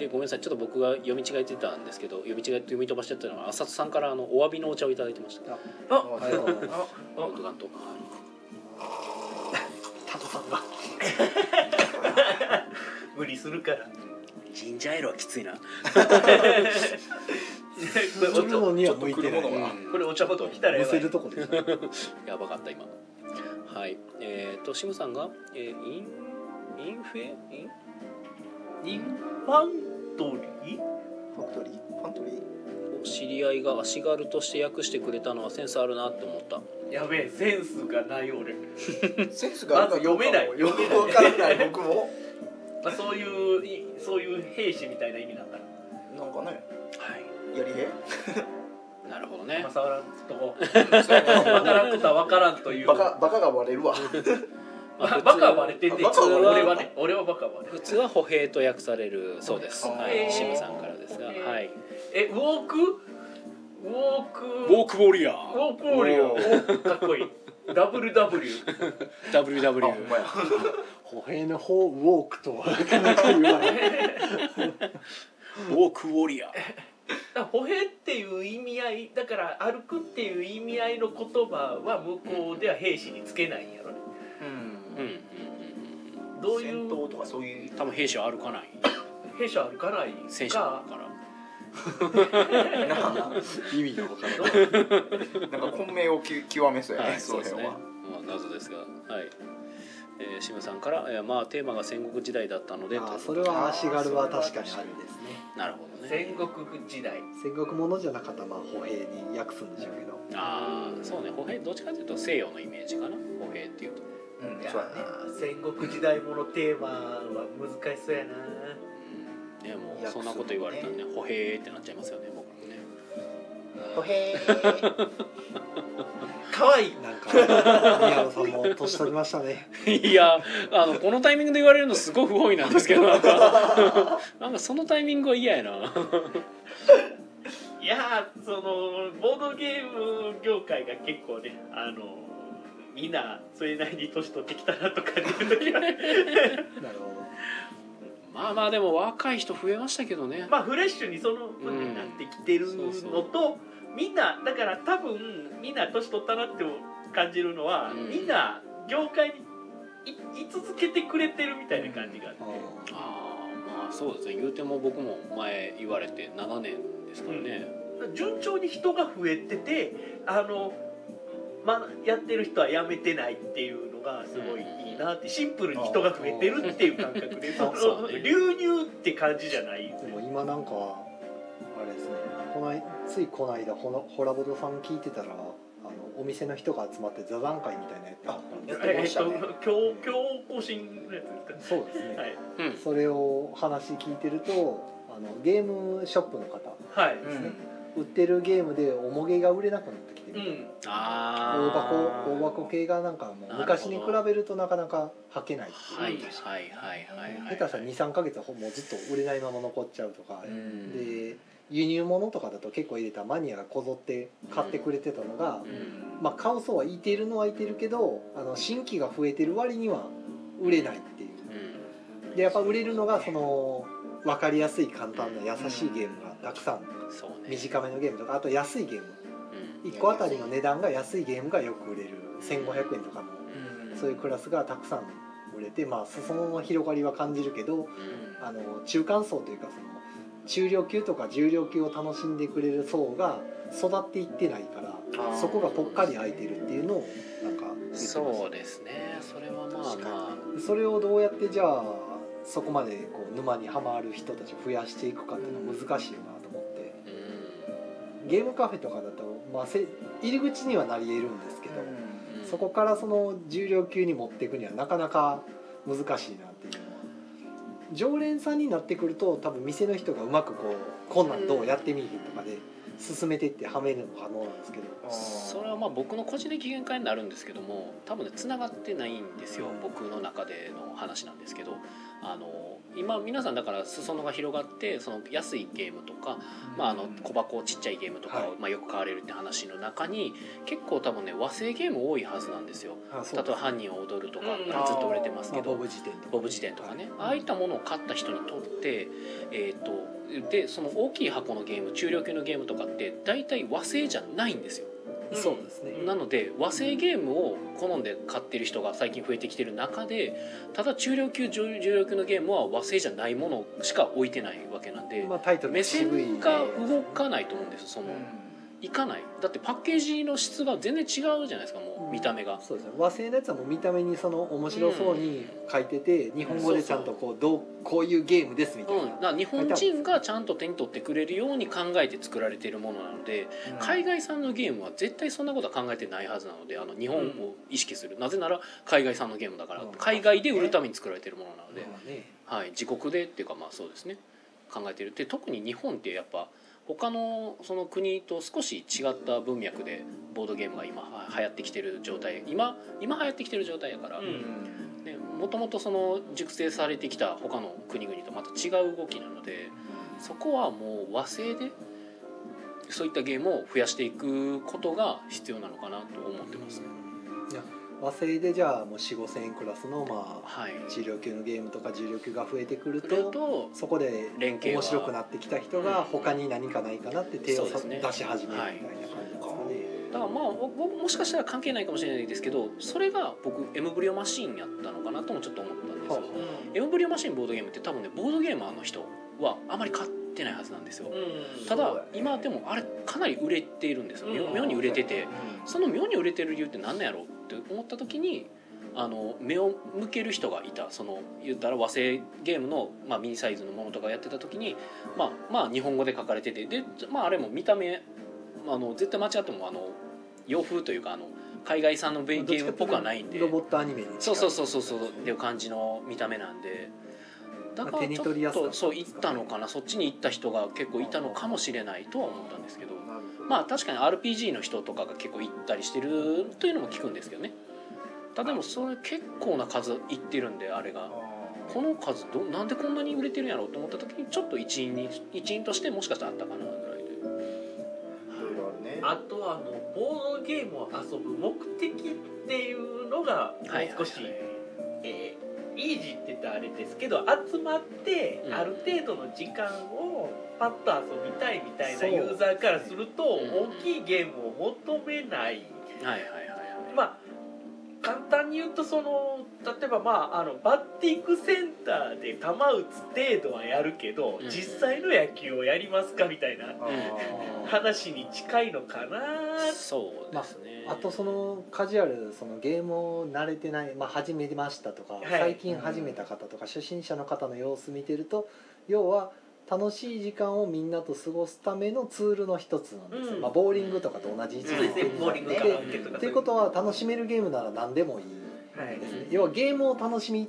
S1: でごめんなさいちょっと僕が読み違えてたんですけど読み違えて読み飛ばしてたのは浅田さんからあのお詫びのお茶をいただいてました
S4: あ
S2: ありがとうございます
S3: あ
S1: ロンドガンと
S2: タコさんが
S3: 無理するから
S1: ジンジャーエールはきついな
S2: 自分のには向い
S4: 来
S2: て
S4: る
S2: な
S4: も
S2: い
S4: のが
S3: これお茶ごと来たら
S2: む
S3: やば
S2: せ
S3: い
S2: るとこですね
S1: やばかった今はいえー、とシムさんが、えーインインフェイン
S3: インファントリー
S4: ファクトリーファントリー
S1: 知り合いが足軽として訳してくれたのはセンスあるなって思った
S3: やべえセンスがない俺、
S4: センスがあるかどうかも
S3: まず読めない読めない
S4: よくわからない僕も
S3: まあ、そういういそういう兵士みたいな意味なんだか
S4: なんかね
S1: は
S4: やりへ
S1: いなるほど
S3: ら
S1: ね
S3: まあ触らんとこ分
S4: ん
S3: からんことは分からんという
S4: バカバカが割れるわ
S1: まあ
S3: バ
S1: 普通
S3: バカはバレてんね
S4: バカは割れ
S3: 俺はね俺はバカはバレ
S1: 普通は歩兵と訳されるそうです。
S4: あ
S1: は
S4: へ
S1: い、
S4: ー
S1: シムさんからですが、
S3: 歩兵
S1: はい。
S3: えウォークウォーク
S1: ウォークウォリア
S3: ウ
S1: ー。
S3: ォークウォリアーかっこいい WW
S1: W
S4: あ
S1: W。
S4: ほんまや
S2: 歩兵の方ウォークとはなかなか言わない
S1: ウォークウォリアー。
S3: だから歩兵っていう意味合いだから歩くっていう意味合いの言葉は向こうでは兵士につけないんやろね
S1: うんうんうん
S3: どうい
S4: 戦
S3: う
S4: 闘とかそういう
S1: うん。多分兵士は歩かない。
S3: 兵士は歩かない
S1: 戦車
S3: か
S1: だから。
S4: なんか
S2: 意味がわからない
S4: なんか混迷をき極めそうやね、
S1: はい、
S4: そ
S1: そう
S4: の
S1: です
S4: 辺
S1: ね。まあ
S4: は
S1: 謎ですが、はい。えー、シムさんから、えーまあテーマが戦国時代だったので、
S2: あ
S1: と
S2: ーそれは足軽は確かにあるんですね
S1: なるほどね。
S3: 戦国時代
S2: 戦国ものじゃなかったらまあ歩兵に訳すんでしょうけど
S1: ああ、そうね。歩兵どっちかというと西洋のイメージかな。歩兵っていうと。
S4: うん
S3: いや
S4: そうや
S3: ー戦国時代ものテーマは難しそうやな
S1: ねもうそんなこと言われたらね歩兵ってなっちゃいますよね僕らもね
S4: ねほへー
S3: 可愛い
S2: なんか宮野さんも年取りましたね
S1: いやあのこのタイミングで言われるのすごい不本意なんですけどなんかなんかそのタイミングは嫌やな
S3: いやーそのボードゲーム業界が結構ねあのみんなそれなりに年取ってきたなとかっていう時は
S5: なるほど
S1: まあまあでも若い人増えましたけどね、
S3: まあフレッシュにその分になってきてるのと、
S1: うんそう
S3: みんなだから多分みんな年取ったなって感じるのは、
S1: うん
S3: みんな業界にい居続けてくれてるみたいな感じがあって、
S1: ああまあそうですね言うても僕も前言われて7年ですからね、
S3: 順調に人が増えててあの、ま、やってる人はやめてないっていうのがすごいいいなってシンプルに人が増えてるっていう感覚でその
S1: そうだね
S3: 流入って感じじゃない
S2: でも今なんかあれですねこないついこの間ほのホラボドさん聞いてたらあのお店の人が集まって座談会みたいなやつがあったんで
S4: や
S2: す
S4: っ
S2: け
S4: て
S2: ど
S4: ま
S3: えっ
S4: した
S3: と
S4: ね
S3: 強強更新のやつです
S2: そうですね、
S3: かはい
S1: うん
S2: それを話聞いてるとあのゲームショップの方
S3: はい、
S4: う
S2: ね
S4: ん
S2: 売ってるゲームでおもげが売れなくなってきて
S3: う
S2: る、
S3: ん
S1: あ
S2: 大箱
S1: あ
S2: 大箱系がなんかもう
S1: なるほど
S2: 昔に比べるとなかなか履けないっていう
S1: はいはいはいはいはい
S2: 下手したら23か月はほもうずっと売れないまま残っちゃうとか、
S1: うん
S2: で輸入物とかだと結構入れたマニアがこぞって買ってくれてたのが、
S1: うん
S2: まあ、買う層はいてるのはいてるけどあの新規が増えてる割には売れないっていう
S1: う
S2: でやっぱ売れるのがその分かりやすい簡単な優しいゲームがたくさん
S1: んそうね
S2: 短めのゲームとかあと安いゲーム
S1: うん
S2: 1個あたりの値段が安いゲームがよく売れる1500円とかの
S4: うん
S2: そういうクラスがたくさん売れてまあ裾野の広がりは感じるけどあの中間層というかその中量級とか重量級を楽しんでくれる層が育っていってないから
S4: あー
S2: そこがぽっかり空いてるっていうのをなんか
S1: う
S2: 言って
S1: ん
S2: ました
S1: そうですねそれはまあ
S4: 確か
S1: ま
S2: それをどうやってじゃあそこまでこう沼にはまる人たちを増やしていくかっていうのは難しいよなと思って
S1: あう
S2: ゲームカフェとかだと、まあ、せ入り口にはなり得るんですけど、
S4: うん
S1: ん
S2: そこからその重量級に持っていくにはなかなか難しいなっていうのは常連さんになってくると多分店の人がうまくこう「こんなんどうやってみいひん」とかで進めていってはめるのも可能なんですけど
S4: あー
S1: それはまあ僕の個人的限界になるんですけども多分ね繋がってないんですよ僕の中での話なんですけどあの今皆さんだから裾野が広がってその安いゲームとか、まあ、あの小箱ちっちゃいゲームとかを
S2: は
S1: まあよく買われるって話の中に結構多分ね和製ゲーム多いはずなんですよ。
S2: あ
S1: 例えば「
S2: は
S1: 犯人は踊る」とか
S3: うん
S1: まあずっと売れてますけ
S2: ボ
S1: ど
S2: ブ辞典とか
S1: ボブ辞典とかねああいったものを買った人にとってえーとでその大きい箱のゲーム中量級のゲームとかって大体和製じゃないんですよ。
S3: うん
S2: そうですね
S1: なので和製ゲームを好んで買ってる人が最近増えてきてる中でただ中量級重重量級のゲームは和製じゃないものしか置いてないわけなんで
S2: まあ、タイトル
S1: 目
S2: も渋い
S1: 線が動かないと思うんですその
S4: うん
S1: いかないだってパッケージの質が全然違うじゃないですかもう見た目が
S2: そうですね和製のやつはもう見た目にその面白そうに書いてて、日本語でちゃんとこうどうこういうゲームですみたいな、
S1: うん、だから日本人がちゃんと手に取ってくれるように考えて作られているものなので海外産のゲームは絶対そんなことは考えてないはずなのであの日本を意識する、なぜなら海外産のゲームだから
S2: うん
S1: 海外で売るために作られているものなので、
S2: まあね
S1: はい、自国でっていうかまあそうですね考えてるで特に日本ってやっぱ他のその国と少し違った文脈でボードゲームが今は流行ってきてる状態今今流行ってきてる状態やから、
S3: うん
S1: ね、もともとその熟成されてきた他の国々とまた違う動きなのでそこはもう和製でそういったゲームを増やしていくことが必要なのかなと思ってますね。
S2: いや和製でじゃあもう4 5千円クラスのまあ
S1: はい、
S2: 治療級のゲームとか重量級が増えてくる
S1: それ
S2: と
S1: と
S2: そこで
S1: 連携は
S2: 面白くなってきた人が他に何かないかなって手を
S1: そうですね
S2: 出し始めるみたいな感じですかね、
S1: だからまあ僕僕もしかしたら関係ないかもしれないですけどそれが僕エムブリオマシーンやったのかなともちょっと思ったんですよ
S2: はあ
S1: エムブリオマシーンボードゲームって多分ねボードゲーマーの人はあまり買ってないはずなんですよ
S3: うんうん
S1: た
S4: そう
S1: だ
S4: だね
S1: 今でもあれかなり売れているんですよ
S3: うん
S1: 妙妙に売れてて
S4: うん
S1: その妙に売れてる理由って何なんやろうって思った時にあの目を向ける人がいたその言ったら和製ゲームの、まあ、ミニサイズのものとかやってた時に、まあ、まあ日本語で書かれててで、まあ、あれも見た目あの絶対間違ってもあの洋風というかあの海外産のベイゲームっぽくはないんで
S2: ロボットアニメに近い
S1: そうそうそうそうそうっていう感じの見た目なんでだか
S2: まあ手
S1: ら
S2: に
S1: ちょ
S2: 取りや
S1: っ
S2: すか
S1: と
S2: ったんです
S1: そ
S2: か
S1: う
S2: ね
S1: 行ったのかなそっちに行った人が結構いたのかもしれないとは思ったんですけど
S4: なるほど
S1: まあ確かに RPG の人とかが結構行ったりしてるというのも聞くんですけどねただでもそれ結構な数行ってるんであれが
S4: あー
S1: この数どなんでこんなに売れてるんやろうと思った時にちょっと一員に一員としてもしかしたらあったかなぐらいで
S4: いろいろあるね
S3: あとはあのボードゲームを遊ぶ目的っていうのがも
S1: はいう
S3: 少し、えーイージーって言ったらあれですけど集まって
S1: うん
S3: ある程度の時間をパッと遊びたいみたいな
S2: そう
S3: ユーザーからすると
S1: うん
S3: 大きいゲームを求めない。
S1: はいはいはいはい
S3: まあ簡単に言うとその例えばまああのバッティングセンターで球打つ程度はやるけど、
S1: うん
S3: 実際の野球をやりますかみたいな
S4: あー
S3: 話に近いのかな
S1: そうですね、
S2: あとそのカジュアルそのゲームを慣れてない、まあ、始めましたとか、
S3: はい
S2: 最近始めた方とか初心者の方の様子見てると要は楽しい時間をみんなと過ごすためのツールの一つなんですよ、
S3: うん
S2: まあ、ボーリングとかと同じ位置
S3: そう
S2: に
S3: で
S2: なっ
S3: す
S2: て
S3: ね
S2: るん
S3: ボーリング
S2: で
S3: カラオケとか
S2: ということは楽しめるゲームなら何でもいい
S3: は
S2: ですね
S1: うん
S2: 要はゲームを楽しみ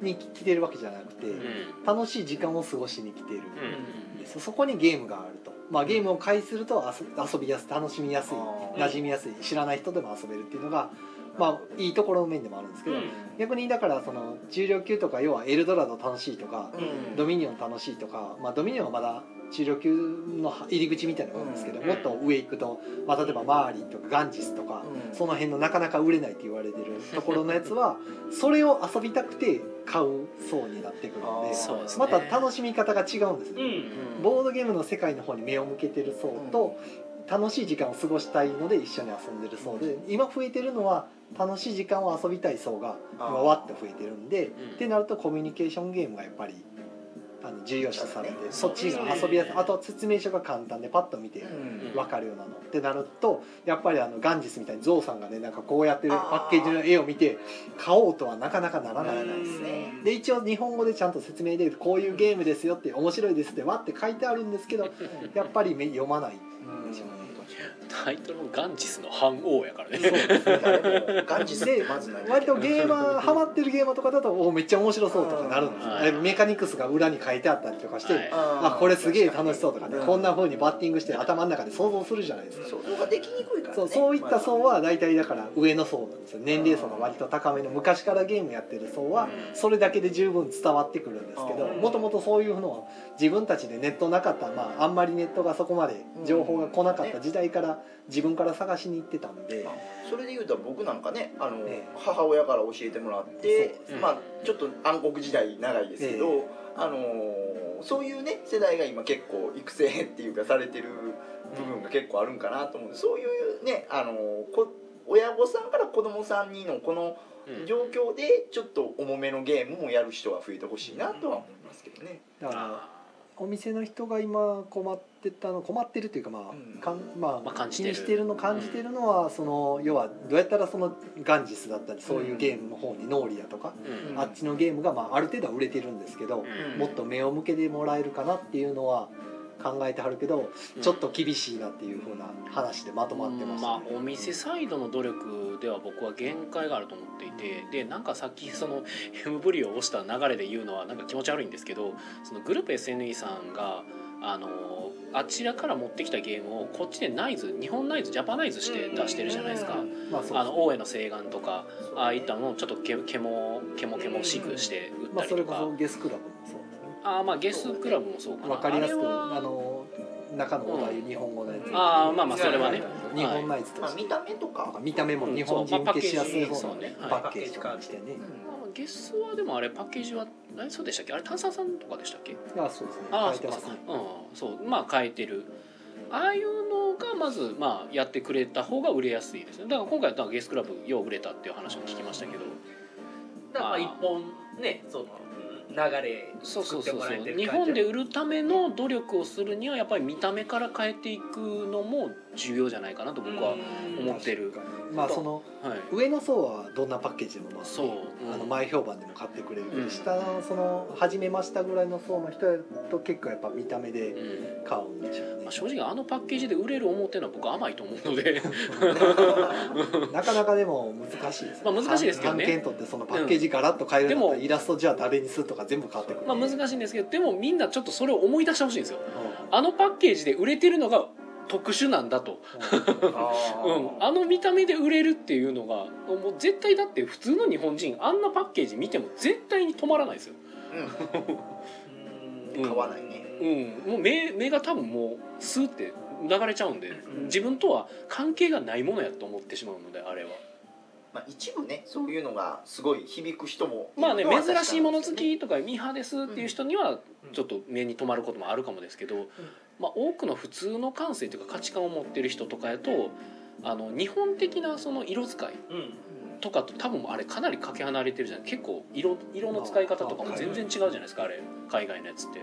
S2: に来てるわけじゃなくて、
S1: うん
S2: 楽しい時間を過ごしに来てる
S1: うん
S2: んですそこにゲームがあると、まあ、ゲームを介すると遊遊びやす楽しみやすい
S4: あー
S2: 馴染みやすい知らない人でも遊べるっていうのが、まあ、いいところの面でもあるんですけど、逆にだからその中量級とか要はエルドラド楽しいとか、
S4: うん
S2: ドミニオン楽しいとか、まあ、ドミニオンはまだ中量級の入り口みたいなもんですけど、
S1: うん
S2: もっと上行くと、まあ、例えばマーリンとかガンジスとか、
S4: うん
S2: その辺のなかなか売れないって言われてるところのやつはそれを遊びたくて買う層になってくるの
S4: あ
S2: で
S4: ー
S1: そうですね
S2: また楽しみ方が違うんです
S3: う
S2: ね。
S3: ん
S4: うん
S2: ボードゲームの世界の方に目を向けてる層と、楽しい時間を過ごしたいので一緒に遊んでる層で今増えてるのは楽しい時間を遊びたい層が今
S4: あー
S2: わって増えてるんで
S1: うん
S2: ってなるとコミュニケーションゲームがやっぱりあの重要視されて
S4: そうだね
S2: そっちが遊びやすいあとは説明書が簡単でパッと見て
S4: うん
S2: 分かるようなのってなるとやっぱりあのガンジスみたいにゾウさんがねなんかこうやってるパッケージの絵を見て買おうとはなかなかならない
S4: らないですね
S2: で一応日本語でちゃんと説明でこういうゲームですよって面白いですってわって書いてあるんです
S1: [LAUGHS]
S2: けどやっぱり目読まないんでしょうね。
S1: タイトルもガンジスの反王やからね
S4: 誰もガンジスってまずない
S2: 割とゲーマーハマってるゲーマーとかだとおめっちゃ面白そうとかなるんですよ
S1: うん
S2: あれメカニクスが裏に書いてあったりとかして、
S1: はい
S2: あこれすげえ楽しそうとかね、
S4: うん
S2: こんな風にバッティングして頭の中で想像するじゃないですか、
S4: 想像ができにくいからね
S2: そうそういった層は大体だから上の層なんですよ年齢層が割と高めの昔からゲームやってる層は
S1: うん
S2: それだけで十分伝わってくるんですけど
S4: うん
S2: もともとそういうのは自分たちでネットなかった、まあ、あんまりネットがそこまで情報が来なかった時代から自分から探しに行ってたんで。
S4: それで言うと僕なんかねあの、
S2: ええ
S4: 母親から教えてもらって
S1: そう、
S4: まあ、ちょっと暗黒時代長いですけど、
S2: え
S4: あのーそういうね世代が今結構育成っていうかされてる部分が結構あるんかなと思うんでそういうね、あのーこ親御さんから子供さんにのこの
S1: うん
S4: 状況でちょっと重めのゲームもやる人が増えてほしいなとは思いますけどね。
S2: だから
S1: あ
S2: お店の人が今困ってたの困ってるというかまあ、
S4: うん
S2: かんま
S1: まあ
S2: あ
S1: 感じて
S2: 気
S1: る
S2: にしてるの感じてるのは、その要はどうやったらそのガンジスだったりそういうゲームの方に脳裏やとか、
S1: ーうん
S4: ん
S2: あっちのゲームが、まあ、ある程度は売れてるんですけど、
S1: うん
S2: もっと目を向けてもらえるかなっていうのは考えてはるけど、ちょっと厳しいなっていうふうな話でまとまってました
S1: まあ、お店サイドの努力では僕は限界があると思っていてでなんかさっき [LAUGHS] その M ブリを押した流れで言うのはなんか気持ち悪いんですけどそのグループ SNE さんがあのあちらから持ってきたゲームをこっちでナイズ日本ナイズジャパナイズして出してるじゃないですか。
S2: まあそう
S1: あの大江の西岸とかああいったものをちょっとけけもけもけもしくして売っ
S2: ま
S1: た
S2: あ、
S1: り
S2: それ
S1: と
S2: こ
S1: か、
S2: そゲスクラブもそうですね
S1: ああまあゲスクラブもそうかな
S2: わかりやすく
S1: あれ
S2: あ
S1: は
S2: の中のお題、
S1: う
S2: 日本語のやつ
S1: あーまあまあそれはね
S2: 日本ナイズと
S4: まあ、
S2: して、
S4: 見た目とか、
S2: 見た目も日本人受けしやすい方のね
S1: はい
S2: パッケージとかにしてね
S4: うん
S1: まあゲスはでもあれパッケージはあれそうでしたっけあれ炭酸さんとかでしたっけ
S2: あそうですね
S1: ああそ
S2: 書いて
S1: う
S2: ま
S1: か
S2: すね
S1: そうかうんそうまあ変えてるああいうのがまずまあやってくれた方が売れやすいですねだから今回やったのはゲスクラブよう売れたっていう話も聞きましたけど
S3: だからまあ一本ねその流れ
S1: そうそう
S3: 作って
S1: そう
S3: もら
S1: そ
S3: えて
S1: う
S3: る
S1: 日
S3: 感じ
S1: 本で売るための努力をするにはやっぱり見た目から変えていくのも重要じゃないかなと僕は、思ってる
S2: まあその
S1: はい
S2: 上の層はどんなパッケージでもまあ
S1: そう、
S2: あの前評判でも買ってくれるけど、
S1: うん
S2: 下のその始めましたぐらいの層の人やと結構やっぱ見ため
S1: う
S2: で
S1: ん
S2: 買うんでしょうね、
S1: まあ正直あのパッケージで売れる思っていうのは僕甘いと思うので [LAUGHS]
S2: [LAUGHS] なかなかでも難しいです
S1: まあ難しいですけどね
S2: 案件取ってそのパッケージガラッと変える
S1: うん
S2: のと
S1: でも
S2: イラストじゃあ誰にするとか全部変わってくる
S1: まあ難しいんですけどでもみんなちょっとそれを思い出してほしいんですよ
S2: う
S1: あのパッケージで売れてるのが特殊なんだと、うん、あの見た目で売れるっていうのがもう絶対だって普通の日本人あんなパッケージ見ても絶対に止まらないですよ、
S4: うん買わないね
S1: うん、もう目目が多分もうスーって流れちゃうんで
S3: ん
S1: 自分とは関係がないものやと思ってしまうのであれは
S4: まあ一部ねそういうのがすごい響く人も
S1: まあね
S4: いるのは確
S1: 珍
S4: かなんです
S1: しいもの好きとかミーハーですっていう人には
S3: うん
S1: ちょっと目に留まることもあるかもですけど、まあ、多くの普通の感性というか価値観を持ってる人とかやとあの日本的なその色使い
S3: うん
S1: とかと多分あれかなりかけ離れてるじゃない結構色色の使い方とかも全然違うじゃないですかあれ海外のやつって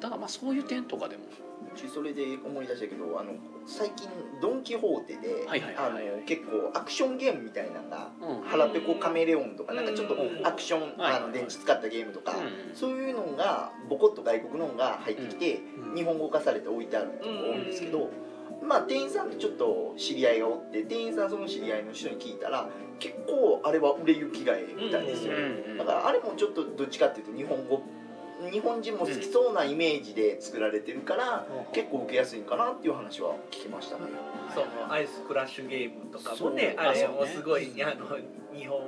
S1: だからまあそういう点とかでも
S4: うちそれで思い出したけどあの最近ドン・キホーテで、
S1: はいはいはいはい
S4: あの結構アクションゲームみたいなのが
S1: うんうん
S4: 「腹ペコカメレオン」とか
S3: うん
S4: なんかちょっとアクション、
S1: はい
S4: あの電池使ったゲームとか、
S1: うん
S4: そういうのがボコッと外国のが入ってきて、
S2: うん
S4: 日本語化されて置いてあるのが多いんですけど、まあ店員さんとちょっと知り合いがおって店員さんその知り合いの人に聞いたら結構あれは売れ行きがええみたいですよ、
S1: うん
S4: だからあれもちょっとどっちかっていうと日本語日本人も好きそうなイメージで作られてるから、結構受けやすいんかなっていう話は聞きましたね、
S3: そのアイスクラッシュゲームとか
S4: そ
S3: も
S4: う
S3: ね
S1: あ
S3: あれ
S1: そうね
S3: もすごいあの日本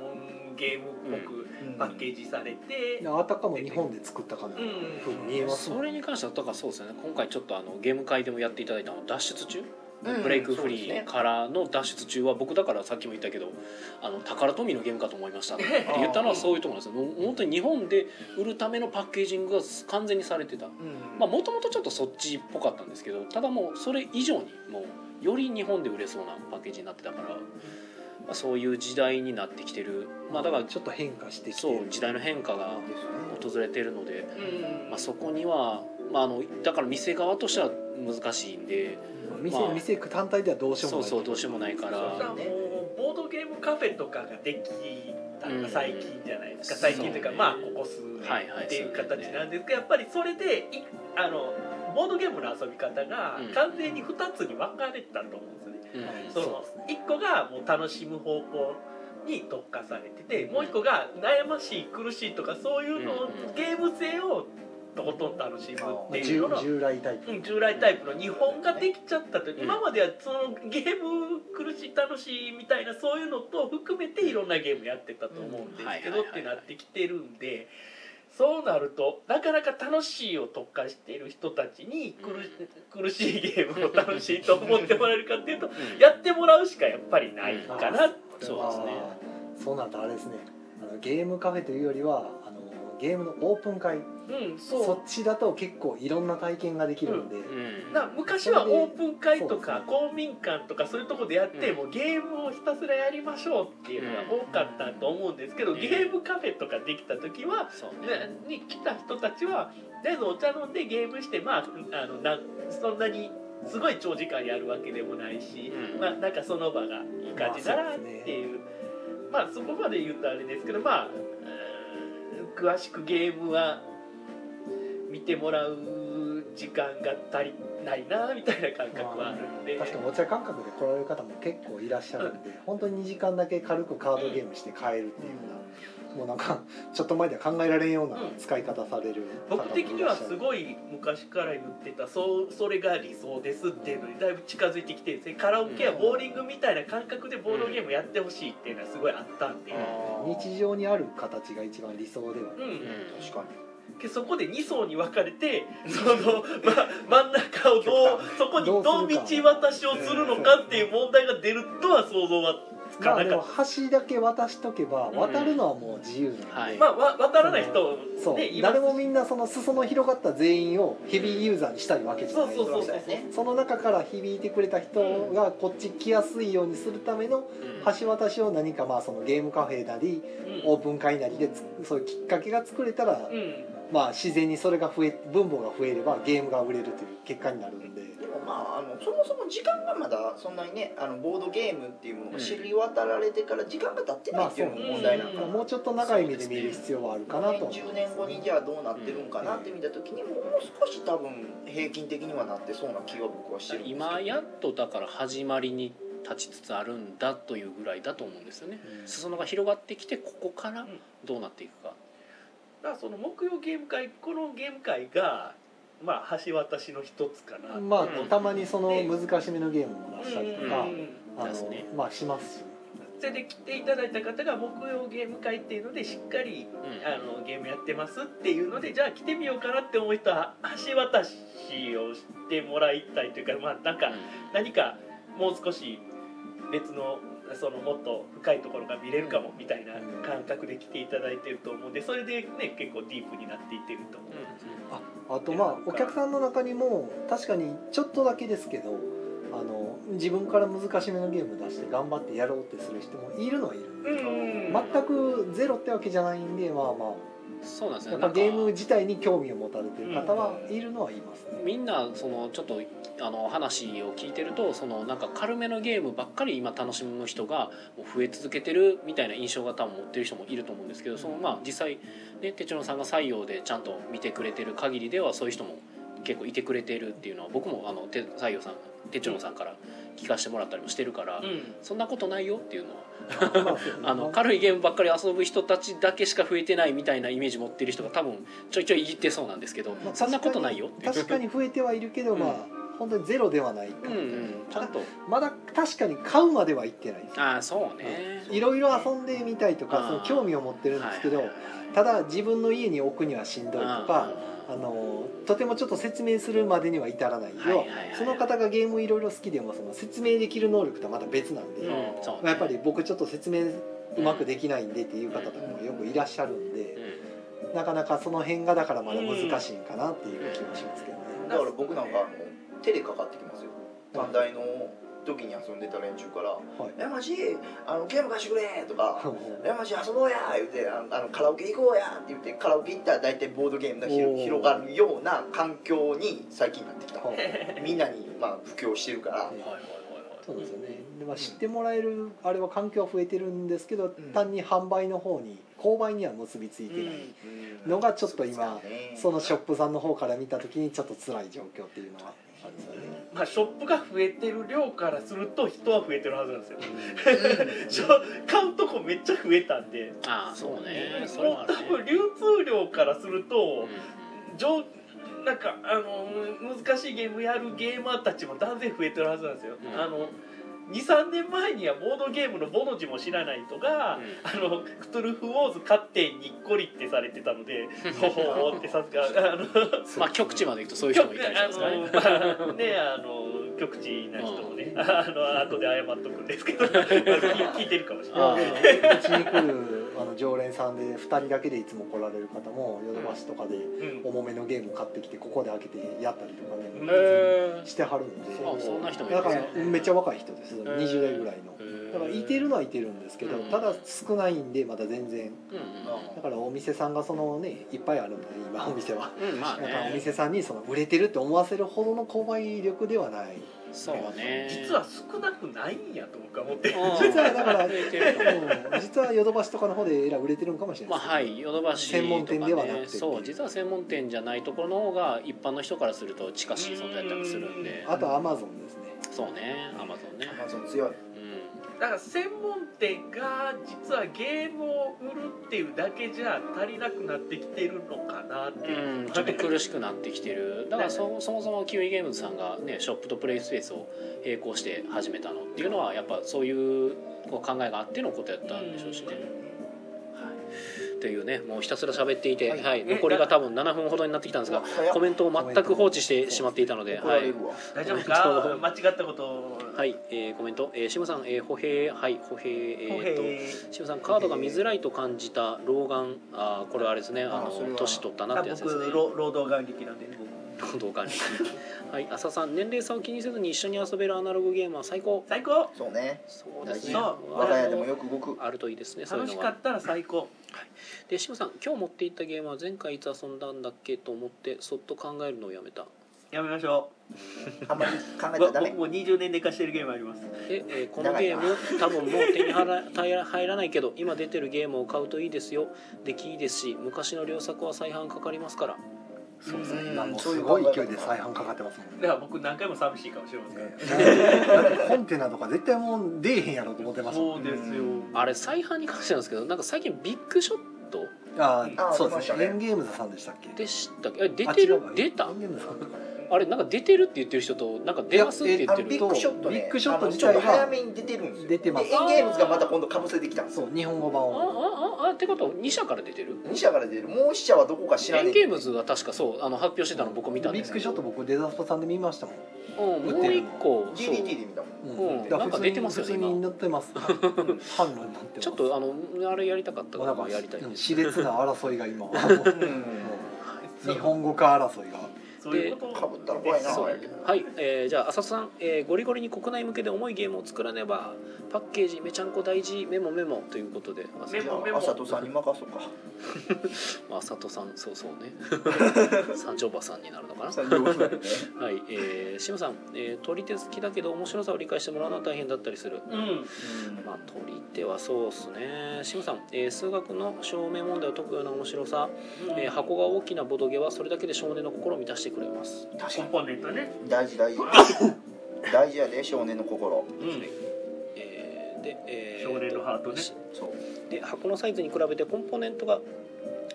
S3: ゲームっぽく
S4: うん
S3: パッケージされて
S2: んあたかも日本で作ったかのよ
S3: うん
S2: うに見えますも
S1: そ
S2: ん
S1: れに関してはだからそうですよね今回ちょっとあのゲーム会でもやっていただいたあの脱出中、
S4: うん
S1: ブレイクフリ
S4: そう
S1: ー
S4: ですね
S1: からの脱出中は僕だからさっきも言ったけどあの宝富のゲームかと思いましたって言ったのはそういうところなんですよもう本当に日本で売るためのパッケージングが完全にされてた
S4: うん
S1: まあもともとちょっとそっちっぽかったんですけどただもうそれ以上にもうより日本で売れそうなパッケージになってたから、まあ、そういう時代になってきてるまあだから
S2: ちょっと変化してきて
S1: そう時代の変化が訪れてるので、まあ、そこには、まあ、あのだから店側としては難しいんで
S2: 店,、
S1: まあ
S2: 店単体ではどうしよ
S1: そう
S2: うもない
S1: そうどうしようもないか
S3: そした
S1: ら
S3: らもうボードゲームカフェとかができたのが最近じゃないですか、
S1: うん
S3: 最近という
S1: そ
S3: か
S1: うね
S3: まあここ数
S1: はいはい
S3: 年っていう形なんですけど、やっぱりそれでいあのボードゲームの遊び方が
S1: うん
S3: 完全に2つに分かれてたと思うんですよね。
S1: うん
S3: その1個がもう楽しむ方向に特化されててもう1個が悩ましい苦しいとかそういうのを
S1: うん
S3: ゲーム性をとことん楽しむっていうの
S2: まあ
S3: の
S2: 従従来タイ
S3: う
S2: プ
S3: ん従来タイプの日本ができちゃったと、
S1: ん
S3: 今まではそのゲーム苦しい楽しいみたいなそういうのと含めていろんなゲームやってたと思うんですけ
S1: う
S3: ど
S1: ん
S3: ってなってきてるんでそうなるとなかなか楽しいを特化している人たちに苦し苦しいゲームを楽しいと思ってもらえるかっていうと
S1: うん
S3: やってもらうしかやっぱりないかな
S1: そうですね
S2: あーそうなんだあれですねあのゲームカフェというよりはあのゲームのオープン会
S3: うん
S2: そ
S3: そ
S2: っちだと結構いろんな体験ができるんで、
S1: うん
S3: うな昔はオープン会とか
S2: そう
S3: 公民館とかそういうとこでやって、
S1: うん
S3: もうゲームをひたすらやりましょうっていうのが多かったと思うんですけど、
S1: うん
S3: ゲームカフェとかできた時は、
S1: そうね
S3: ねに来た人たちはとりあえずお茶飲んでゲームしてまああのなそんなにすごい長時間やるわけでもないし、
S1: うん
S3: まあ、なんかその場がいい感じだなっていう,、まあそこまで言うとあれですけどまあうーん詳しくゲームは見てもらう時間が足りないなみたいな感覚はあるんで。
S2: 確かにお茶感覚で来られる方も結構いらっしゃるんで本当に2時間だけ軽くカードゲームして帰るっていうような、もうなんかちょっと前では考えられんような使い方される方も
S3: 僕的にはす
S2: い
S3: ごい昔から言ってたそうそれが理想ですっていうのにだいぶ近づいてきてるんですねカラオケやボーリングみたいな感覚でボードゲームやってほしいっていうのはすごいあったんで、
S2: らっしゃる日常にある形が一番理想では
S3: うん
S1: うん
S4: 確かに
S3: でそこで2層に分かれてその、ま、真ん中をどうそこにどう道渡しをするのかっていう問題が出るとは想像はつ
S2: ま
S3: か
S2: あ
S3: な
S2: で
S3: か
S2: も
S3: っ
S2: 橋だけ渡しとけば
S1: ん
S2: 渡るのはもう自由なんで、
S1: はい
S3: た、まあ、わ渡らない人
S2: そう、
S3: ねいます
S2: 誰もみんなその裾の広がった全員をヘビーユーザーにしたいわけじゃ
S3: そう
S2: ない
S3: そうそう
S4: そ
S3: そうう
S4: ですね
S2: その中から響いてくれた人がこっち来やすいようにするための橋渡しを何かまあそのゲームカフェなり
S3: う
S2: オープン会なりでつそういうきっかけが作れたら
S3: ん、うん
S2: まあ自然にそれが増え分母が増えればゲームが売れるという結果になるんで
S4: でもままああのそもそも時間がまだそんなにねあのボードゲームっていうものが知り渡られてから時間が経ってないっていうのも問題なんかな、
S2: もうちょっと長い目で見る必要はあるかなと思います
S4: 10年後にじゃあどうなってるんかなって見た時にもう少し多分平均的にはなってそうな気が僕はしてるんですけど
S1: 今やっとだから始まりに立ちつつあるんだというぐらいだと思うんですよね裾野が広がってきてここからどうなっていくか
S3: だからその木曜ゲーム会このゲーム会がまあ橋渡しの一つかな、
S2: まあ、
S1: うん
S2: たまにその難しめのゲームも出したりとか、
S1: うん
S2: あ
S1: です
S2: の
S1: ね
S2: まあしますし
S3: それで来ていただいた方が木曜ゲーム会っていうのでしっかり
S1: うん
S3: あのゲームやってますっていうのでじゃあ来てみようかなって思う人は橋渡しをしてもらいたいというかまあなんか何かもう少し別のそのもっと深いところが見れるかもみたいな感覚で来ていただいてると思うんでそれでね結構ディープになっていってると思う
S2: ああとまあお客さんの中にも確かにちょっとだけですけどあの自分から難しめのゲーム出して頑張ってやろうってする人もいるのはいる
S3: うん
S2: 全くゼロってわけじゃないんでまあま
S1: そうなんです
S2: あ
S1: よ
S2: や
S1: な
S2: っぱ
S1: んか
S2: ゲーム自体に興味を持たれてる方はいるのはいますね、
S1: みんなそのちょっとあの話を聞いてるとそのなんか軽めのゲームばっかり今楽しむ人がもう増え続けてるみたいな印象が多分持ってる人もいると思うんですけどそのまあ実際ね哲郎さんが採用でちゃんと見てくれてる限りではそういう人も結構いてくれてるっていうのは僕もあのて採用さん哲郎さんから聞かせてもらったりもしてるから、
S3: うん
S1: そんなことないよっていうのは
S2: まあそう
S1: [LAUGHS] あの軽いゲームばっかり遊ぶ人たちだけしか増えてないみたいなイメージ持ってる人が多分ちょいちょいいじってそうなんですけど、
S2: まあ
S1: そんなことないよっていう
S2: 確かに増えてはいるけど、まあ本当にゼロではないか
S1: うんうんちゃんと
S2: まだ確かに買うまではいってないです
S1: ああそうね、
S2: いろいろ遊んでみたいと
S1: あー
S2: かその興味を持ってるんですけど、
S1: はいはい
S2: ただ自分の家に置くにはしんどいとかあのとてもちょっと説明するまでには至らないよ、
S1: はいはいはい
S2: その方がゲームいろいろ好きでもその説明できる能力とはまた別なんで、
S1: うん
S2: ま
S1: うんそう
S2: あ
S1: ね
S2: やっぱり僕ちょっと説明うまくできないんでっていう方とかもよくいらっしゃるん
S1: う
S2: で、
S1: ん
S2: なかなかその辺がだからまだ難しいんかなっていう気もしますけどね。
S4: だから僕なんかあの手でかかってきますよ短大の時に遊んでた連中から
S2: はい
S4: 「えマジあのゲーム貸してくれ!」とか「えマジ遊ぼうや!」言うてあのあの「カラオケ行こうや!」って言ってカラオケ行ったら大体ボードゲームがひろ
S2: おー
S4: 広がるような環境に最近なってきた
S2: はい
S4: みんなにまあ布教してるから
S1: はいはいはい
S2: そうですよね、でまあ、知ってもらえるあれは環境は増えてるんですけど、
S4: ん
S2: 単に販売の方に購買には結びついてない、のがちょっと今そのショップさんの方から見た時にちょっと辛い状況っていうのはあるんですよね。
S3: まあ、ショップが増えてる量からすると人は増えてるはずなんですよショ [LAUGHS] 買うとこめっちゃ増えたんで
S1: ああそうねそれ
S3: も
S1: もあ
S3: う
S1: るね
S3: 多分流通量からすると上なんかあの難しいゲームやるゲーマーたちも断然増えてるはずなんですよ、
S1: うん
S3: あの23年前にはボードゲームのボの字も知らない人が、
S1: うん
S3: あのクトゥルフ・ウォーズ勝ってにっこりってされてた
S1: [LAUGHS]
S3: ので「ほほほ」ってさすがあの
S1: うんまあ極地まで行くとそういう人もいたりしますからね
S3: あのまあねあの極地な人もね、あの後で謝っとくんです
S1: [LAUGHS]
S3: けど、まあ聞い聞いてるかもしれない。
S1: あ
S2: うちに来るあの常連さんで2人だけでいつも来られる方もヨドバシとかで
S3: うん
S2: 重めのゲーム買ってきてここで開けてやったりとか
S3: うん
S2: ね
S1: へ
S2: してはるんで
S1: あそんな人もいる
S2: だ
S1: んで
S2: か
S1: す
S2: ら
S1: ね
S2: めっちゃ若い人です20代ぐらいの。
S1: え
S2: だからいてるのはいてるんですけど
S1: うん
S2: ただ少ないんでまだ全然
S1: うん
S2: だからお店さんがそのねいっぱいあるんで今お店は。
S1: [LAUGHS] うんうんまあ
S2: だからお
S1: ね
S2: 店さんにその売れてるって思わせるほどの購買力ではない
S1: そうね
S3: 実は少なくないんやと僕は思ってる
S2: 実はだから
S1: 増えてるかも
S2: うん実はヨドバシとかの方でえらい売れてるのかもしれな
S1: ま
S2: い
S1: あはいヨドバシとか、ね、
S2: 専門店ではなくてっていう
S1: そう実は専門店じゃないところの方が一般の人からすると近しい存在だったりするんで
S2: あとアマゾンですね
S1: そうねアマゾンね、
S4: マゾン強い
S1: うん、
S3: だから専門店が実はゲームを売るっていうだけじゃ足りなくなってきてるのかなっていう、
S1: うん、ちょっと苦しくなってきてるだからそそもそもキウイゲームズさんがねショップとプレイスペースを並行して始めたのっていうのはやっぱそういうこう考えがあってのことやったんでしょうしね、はい、というねもうひたすら喋っていて、はい残りが多分7分ほどになってきたんですが
S4: 早っ
S1: コメントを全く放置してしまっていたので、
S4: 怒
S1: は
S4: ら
S1: い
S4: れ、るわ
S3: 大丈夫か間違ったことを
S1: はい、えーコメント、えー、シムさん、えー、歩兵、はい、歩兵、えー、
S3: へー
S1: と、シムさん、カードが見づらいと感じた老眼、あーこれはあれですね、あ
S4: あーそれ
S1: の
S4: は
S1: 年取ったなっ
S3: あ
S1: てやつですね
S3: 僕。労労働眼力なんで僕
S1: 労働管理。 [LAUGHS] はい、浅さん、年齢差を気にせずに一緒に遊べるアナログゲームは最高。
S3: 最高
S4: そうね
S1: そうですね。
S3: そう
S1: あの
S4: 我が家でもよく動く
S1: あるといいですね。そういう
S3: 楽
S1: の
S3: しか
S1: が
S3: っ。たら最高
S1: で、シムさん、今日持っていったゲームは前回いつ遊んだんだっけと思って、そっと考えるのをやめた。
S3: やめましょ
S4: あんまり考え
S3: う
S4: たらダメ
S3: 僕も20年寝かしてるゲームあります
S1: で、えーこのゲーム多分もう手に入ら入ら入らないけど今出てるゲームを買うといいですよ出来いいですし昔の良作は再販かかりますから
S2: そうですね
S4: うん
S2: 今もう
S4: そうい
S2: す
S4: う
S2: ごい
S4: 考え
S2: 勢いで再販かかってますもん
S3: だ
S2: ね
S3: から僕何回も寂しいかもしれませんから、
S2: ねだってコンテナとか絶対もう出えへんやろと思ってますも
S3: そ
S2: ん
S3: うですよ、
S4: うん
S1: あれ再販に関してなんですけどなんか最近ビッグショット
S2: あ
S4: あ
S2: あそうですねエ
S4: 出ました
S2: ン
S4: ね
S2: ゲームズさんでしたっけ
S1: でしたっけあれ出てる
S2: あ違うわ
S1: 出た
S2: エンゲームズさんとか
S1: あれなんか出てるって言ってる人となんか出ますって言
S4: あ
S1: っ
S4: の
S1: て
S4: ビ
S1: る
S4: ッグショットね
S2: ビッグショット
S4: あの
S2: 自
S4: ちょっ
S2: 体
S4: と
S2: は
S4: 早めに出てるんですよ
S2: 出てます
S4: でエンゲームズがまた今度かぶせてきたんですよ
S2: そう日本語版
S1: あ
S2: を
S1: あああってことは2社から出てる
S4: 2社から出てるもう1社はどこか知ら
S1: エ
S4: な
S1: ン
S4: い
S1: ゲームズは確かそうあの発表してたの僕見たん
S2: ビ
S1: で
S2: ッ
S1: す
S2: グ
S1: け
S2: ショット僕デザストさんで見ましたもん
S1: ど、うん、もう一個そう
S4: DDT で見たもん
S1: うんなんか出てますよね
S2: 普通に載ってます反論になってます
S1: ちょっとあのあれやりたかった
S2: も
S1: か
S2: う
S1: らも
S2: なんか
S1: うやりたい
S2: うん
S1: です
S2: 熾烈な争いが今もう
S3: そう
S2: 日本語化争いが
S3: そういうこと
S4: かぶったら怖いな
S1: そう
S4: あれ
S1: はい、えーじゃあ浅田さん、えーゴリゴリに国内向けで重いゲームを作らねばパッケージめちゃんこ大事メモメモということで浅
S3: メ
S1: 田
S4: じゃ
S1: さん
S3: モメ
S4: あ
S3: モ
S4: あさとさんに任そうか
S1: まあ浅田さんそうそうね
S3: [LAUGHS]
S1: 三条馬さんになるのかな
S4: さん両方だよね
S1: はい、えー、シムさん、えー取り手好きだけど面白さを理解してもらうのは大変だったりする
S3: うん
S1: まあ取り手はそうっすねシムさん、えー数学の証明問題を解くような面白さ、えー箱が大きなボドゲはそれだけで少年の心を満たしてくれます
S4: 確
S3: コ
S4: か
S3: ンポーネントね、
S4: に大事大事大事やで少年の心
S3: うん、
S1: えーで、えー
S3: 少年のハートね
S4: そう
S1: で箱のサイズに比べてコンポーネントが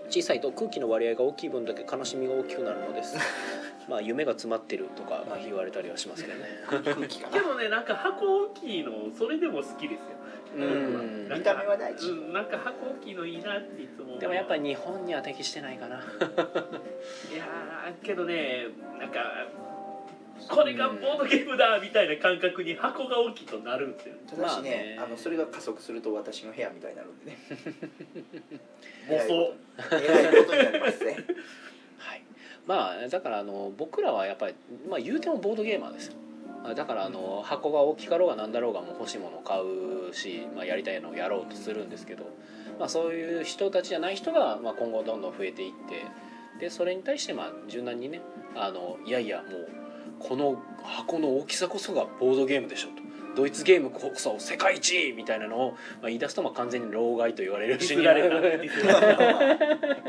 S1: 小さいと空気の割合が大きい分だけ悲しみが大きくなるのです [LAUGHS] まあ夢が詰まってるとかまあ言われたりはしますけどね
S4: 空気か
S3: け
S4: な
S3: どねなんか箱大きいのそれでも好きですよ
S1: うん
S3: なんか
S4: 見た目は大事
S3: うん、なんか箱大きいのいいなっていつも思う
S1: でもやっぱり日本には適してないかない
S3: やーけどねなんかこれがボードゲームだみたいな感覚に箱が大きいとなるんですよね
S4: ただしね,、
S1: まあ
S4: あ、
S1: ね
S4: のそれが加速すると私の部屋みたいになるんでね
S3: 妄想
S4: えらいことになりますね
S1: はい、まあだからあの僕らはやっぱり、まあ、言うてもボードゲーマーですよあだからあの箱が大きかろうが何だろうがもう欲しいものを買うし、まあ、やりたいのをやろうとするんですけど、まあ、そういう人たちじゃない人が、まあ、今後どんどん増えていってでそれに対してまあ柔軟にねあのいやいやもうこの箱の大きさこそがボードゲームでしょとドイツゲームこそ世界一みたいなのを、まあ、言い出すとまあ完全に老害と言われる
S3: ディ
S1: し
S3: スられたディスられ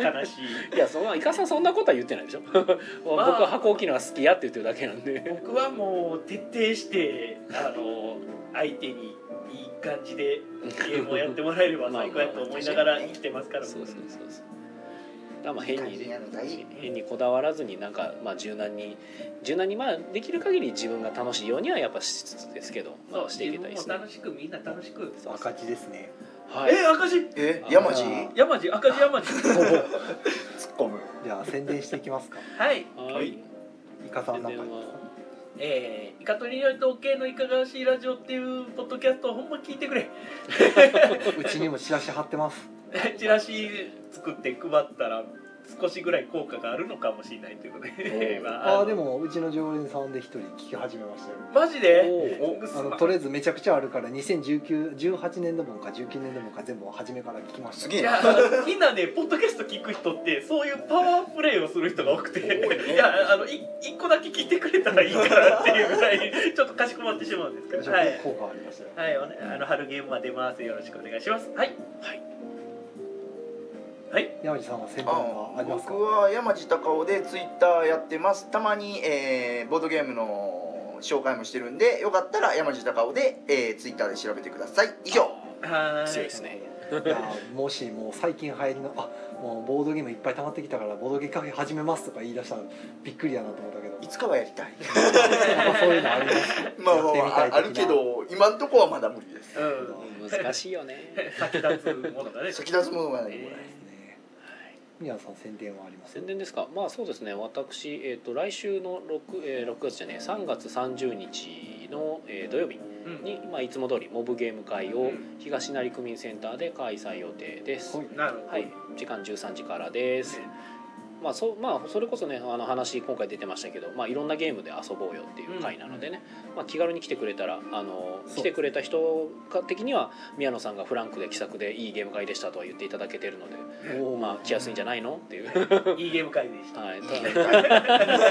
S3: た悲しい
S1: いやそのイカさんそんなことは言ってないでしょ、 [LAUGHS] 僕は箱置きのが好きやって言ってるだけなんで
S3: 僕はもう徹底してあの相手にいい感じでゲームをやってもらえ
S1: [LAUGHS]
S3: れば最高やと思いながら生きてますから
S1: そうそうそうそうだからまあ変にね
S4: 大事
S1: 変にこだわらずになんかまあ柔軟に柔軟にまあできる限り自分が楽しいようにはやっぱしつつですけど、まあ、していけたいで
S3: 自
S1: す
S3: 分
S1: ね
S3: も楽しくみんな楽しく
S1: そう
S2: 赤字ですね
S1: はい
S3: え赤字
S4: え山地
S2: あー
S3: 山地赤字山地
S4: 突っ込む
S2: じゃあ宣伝していきますか
S3: [LAUGHS] はい
S1: はい
S2: イカさんなんか
S1: 宣伝は
S3: えー、イカとりよりと系のいかがわしいラジオっていうポッドキャストをほんま聞いてくれ [LAUGHS]
S2: うちにもチラシ貼ってます
S3: チラシ作って配ったら少しぐらい効果があるのかもしれないということで、
S1: おー
S3: [LAUGHS] ま
S2: あ
S3: の
S2: あでもうちの常連さんで一人聞き始めましたよ
S3: マジで
S1: お
S4: お
S2: あのとりあえずめちゃくちゃあるから2018年度分か19年度分か全部初めから聞きました
S4: すげえ
S3: い
S4: な
S3: やみんなねポッドキャスト聞く人ってそういうパワープレイをする人が多くて
S4: 多いね
S3: いやあのい一個だけ聞いてくれたらいいかなっていうぐらい
S1: [LAUGHS]
S3: ちょっとかしこまってしまうんですけ
S2: めち
S3: ど
S2: ゃ
S3: は
S2: くちゃ
S3: い、
S2: 効果ありましたよ、
S3: はい、おねあの春ゲームは出ますよろしくお願いしますはい
S1: はい
S3: はい
S2: 山地さんは宣伝
S4: あ
S2: はありますか
S4: 僕は山地隆夫でツイッターやってますたまに、えーボードゲームの紹介もしてるんでよかったら山地隆夫で、えーツイッターで調べてください以上
S3: は
S1: 強いで
S3: ーい
S1: すね
S2: いやもしもう最近流行りのあもうボードゲームいっぱい溜まってきたからボードゲームカフェ始めますとか言い出したらびっくりやなと思ったけど
S4: いつかは [LAUGHS] やりたい
S2: やっぱそういうのあります
S4: まあ
S2: やってみ
S4: ま
S2: たい的
S4: あ
S2: な
S4: あるけど今んとこはまだ無理です
S3: うん [LAUGHS]
S1: 難しいよね
S3: 先立つものがね
S4: 先立つものがないこれ
S3: え
S2: ね宮さん宣伝はあります
S1: 宣伝ですかまあそうですね私、えー、と来週の 6,、えー6月じゃねえ3月30日の、えー土曜日
S3: ーうん
S1: に、まあ、いつも通りモブゲーム会を
S3: うん
S1: 東成区民センターで開催予定です、
S2: はい
S3: なるほど、
S1: はい、時間13時からです、まあそうまあ、それこそねあの話今回出てましたけど、まあ、いろんなゲームで遊ぼうよっていう回なのでね、まあ、気軽に来てくれたらあの
S2: そう
S1: 来てくれた人か的には宮野さんがフランクで気さくでいいゲーム会でしたとは言っていただけてるので、
S2: おー
S1: まあ、来やすいんじゃないのって
S2: [LAUGHS]
S1: いう、
S3: いいゲーム会でした
S1: はい、
S4: いいね
S1: た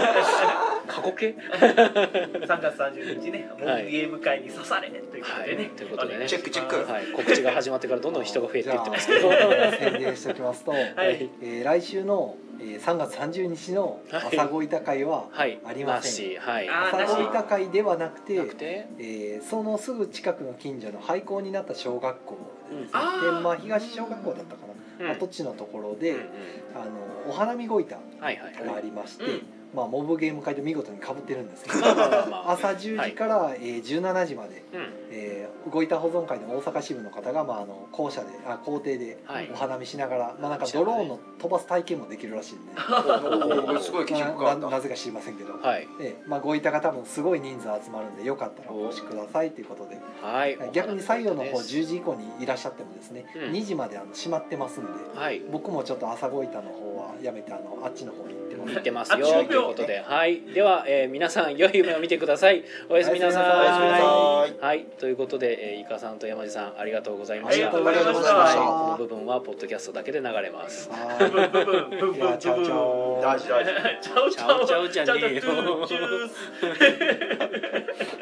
S1: 過去形
S3: 3月30日ね、ボードゲーム会に刺されということでね、
S1: はいということでね
S4: チェックチェック
S1: はい、告知が始まってからどんどん人が増えていってますけど。
S2: じ
S1: は
S2: ゃあ宣伝しておきますと、
S3: はい、
S2: えー来週の、えー3月30日の
S1: はい
S2: 朝ごいた会は、
S1: い、
S2: ありません
S1: し、はい。
S3: あー
S2: 朝ごいた会ではなくて
S1: なくて、
S2: えーそのすぐ近くの近所の廃校になった小学校
S1: うん
S3: あー
S2: 天満東小学校だったかな、
S1: うん
S2: 跡地のところ
S1: う
S2: で、
S1: ん
S2: あのお花見ごいた
S1: うんはいはいはい。
S2: がありまして、
S3: うん
S2: まあ、モブゲーム会と見事にかぶってるんですけど
S1: まあま
S2: [LAUGHS]
S1: あまあまあ
S2: 朝10時から、えー17時まで、
S1: うん
S2: えー、ごいた保存会の大阪支部の方が、まあ、あの校舎であ校庭で
S1: はい
S2: お花見しながら、まあ、なんかドローンの飛ばす体験もできるらしい
S1: [LAUGHS]
S2: んで、
S4: [LAUGHS] おーすごい基準
S2: ま
S4: が
S2: あ
S4: あっ
S2: な
S4: た
S2: なぜか知りませんけど、
S1: はい
S2: ええまあ、ごいたが多分すごい人数集まるんでよかったらお越しくださいということで
S1: はい。
S2: 逆に採用の
S1: お花見
S2: 方
S1: です
S2: 10時以降にいらっしゃってもですね、
S1: うん
S2: 2時まであの閉まってますんで
S1: はい。
S2: 僕もちょっと朝ごいたの方はやめてあのあっちの方に行ってます
S1: 見てますよ
S3: あ
S1: と
S3: 10
S1: いうことで、はい。では、えー皆さん良い夢を見てください。おやすみなさ
S2: おやすみなさい
S1: い。はい、ということで、えー、イカさんと山地さんありがとうございま
S3: あり
S1: し
S3: が
S1: た。
S3: とうございました
S1: はいこの部分はポッドキャストだけで流れます。 [LAUGHS]
S2: はい
S3: ブンブンブンブンブン
S2: いやチャオチャオ
S4: 大事大事
S3: ちゃうちゃうちゃうちゃうチュース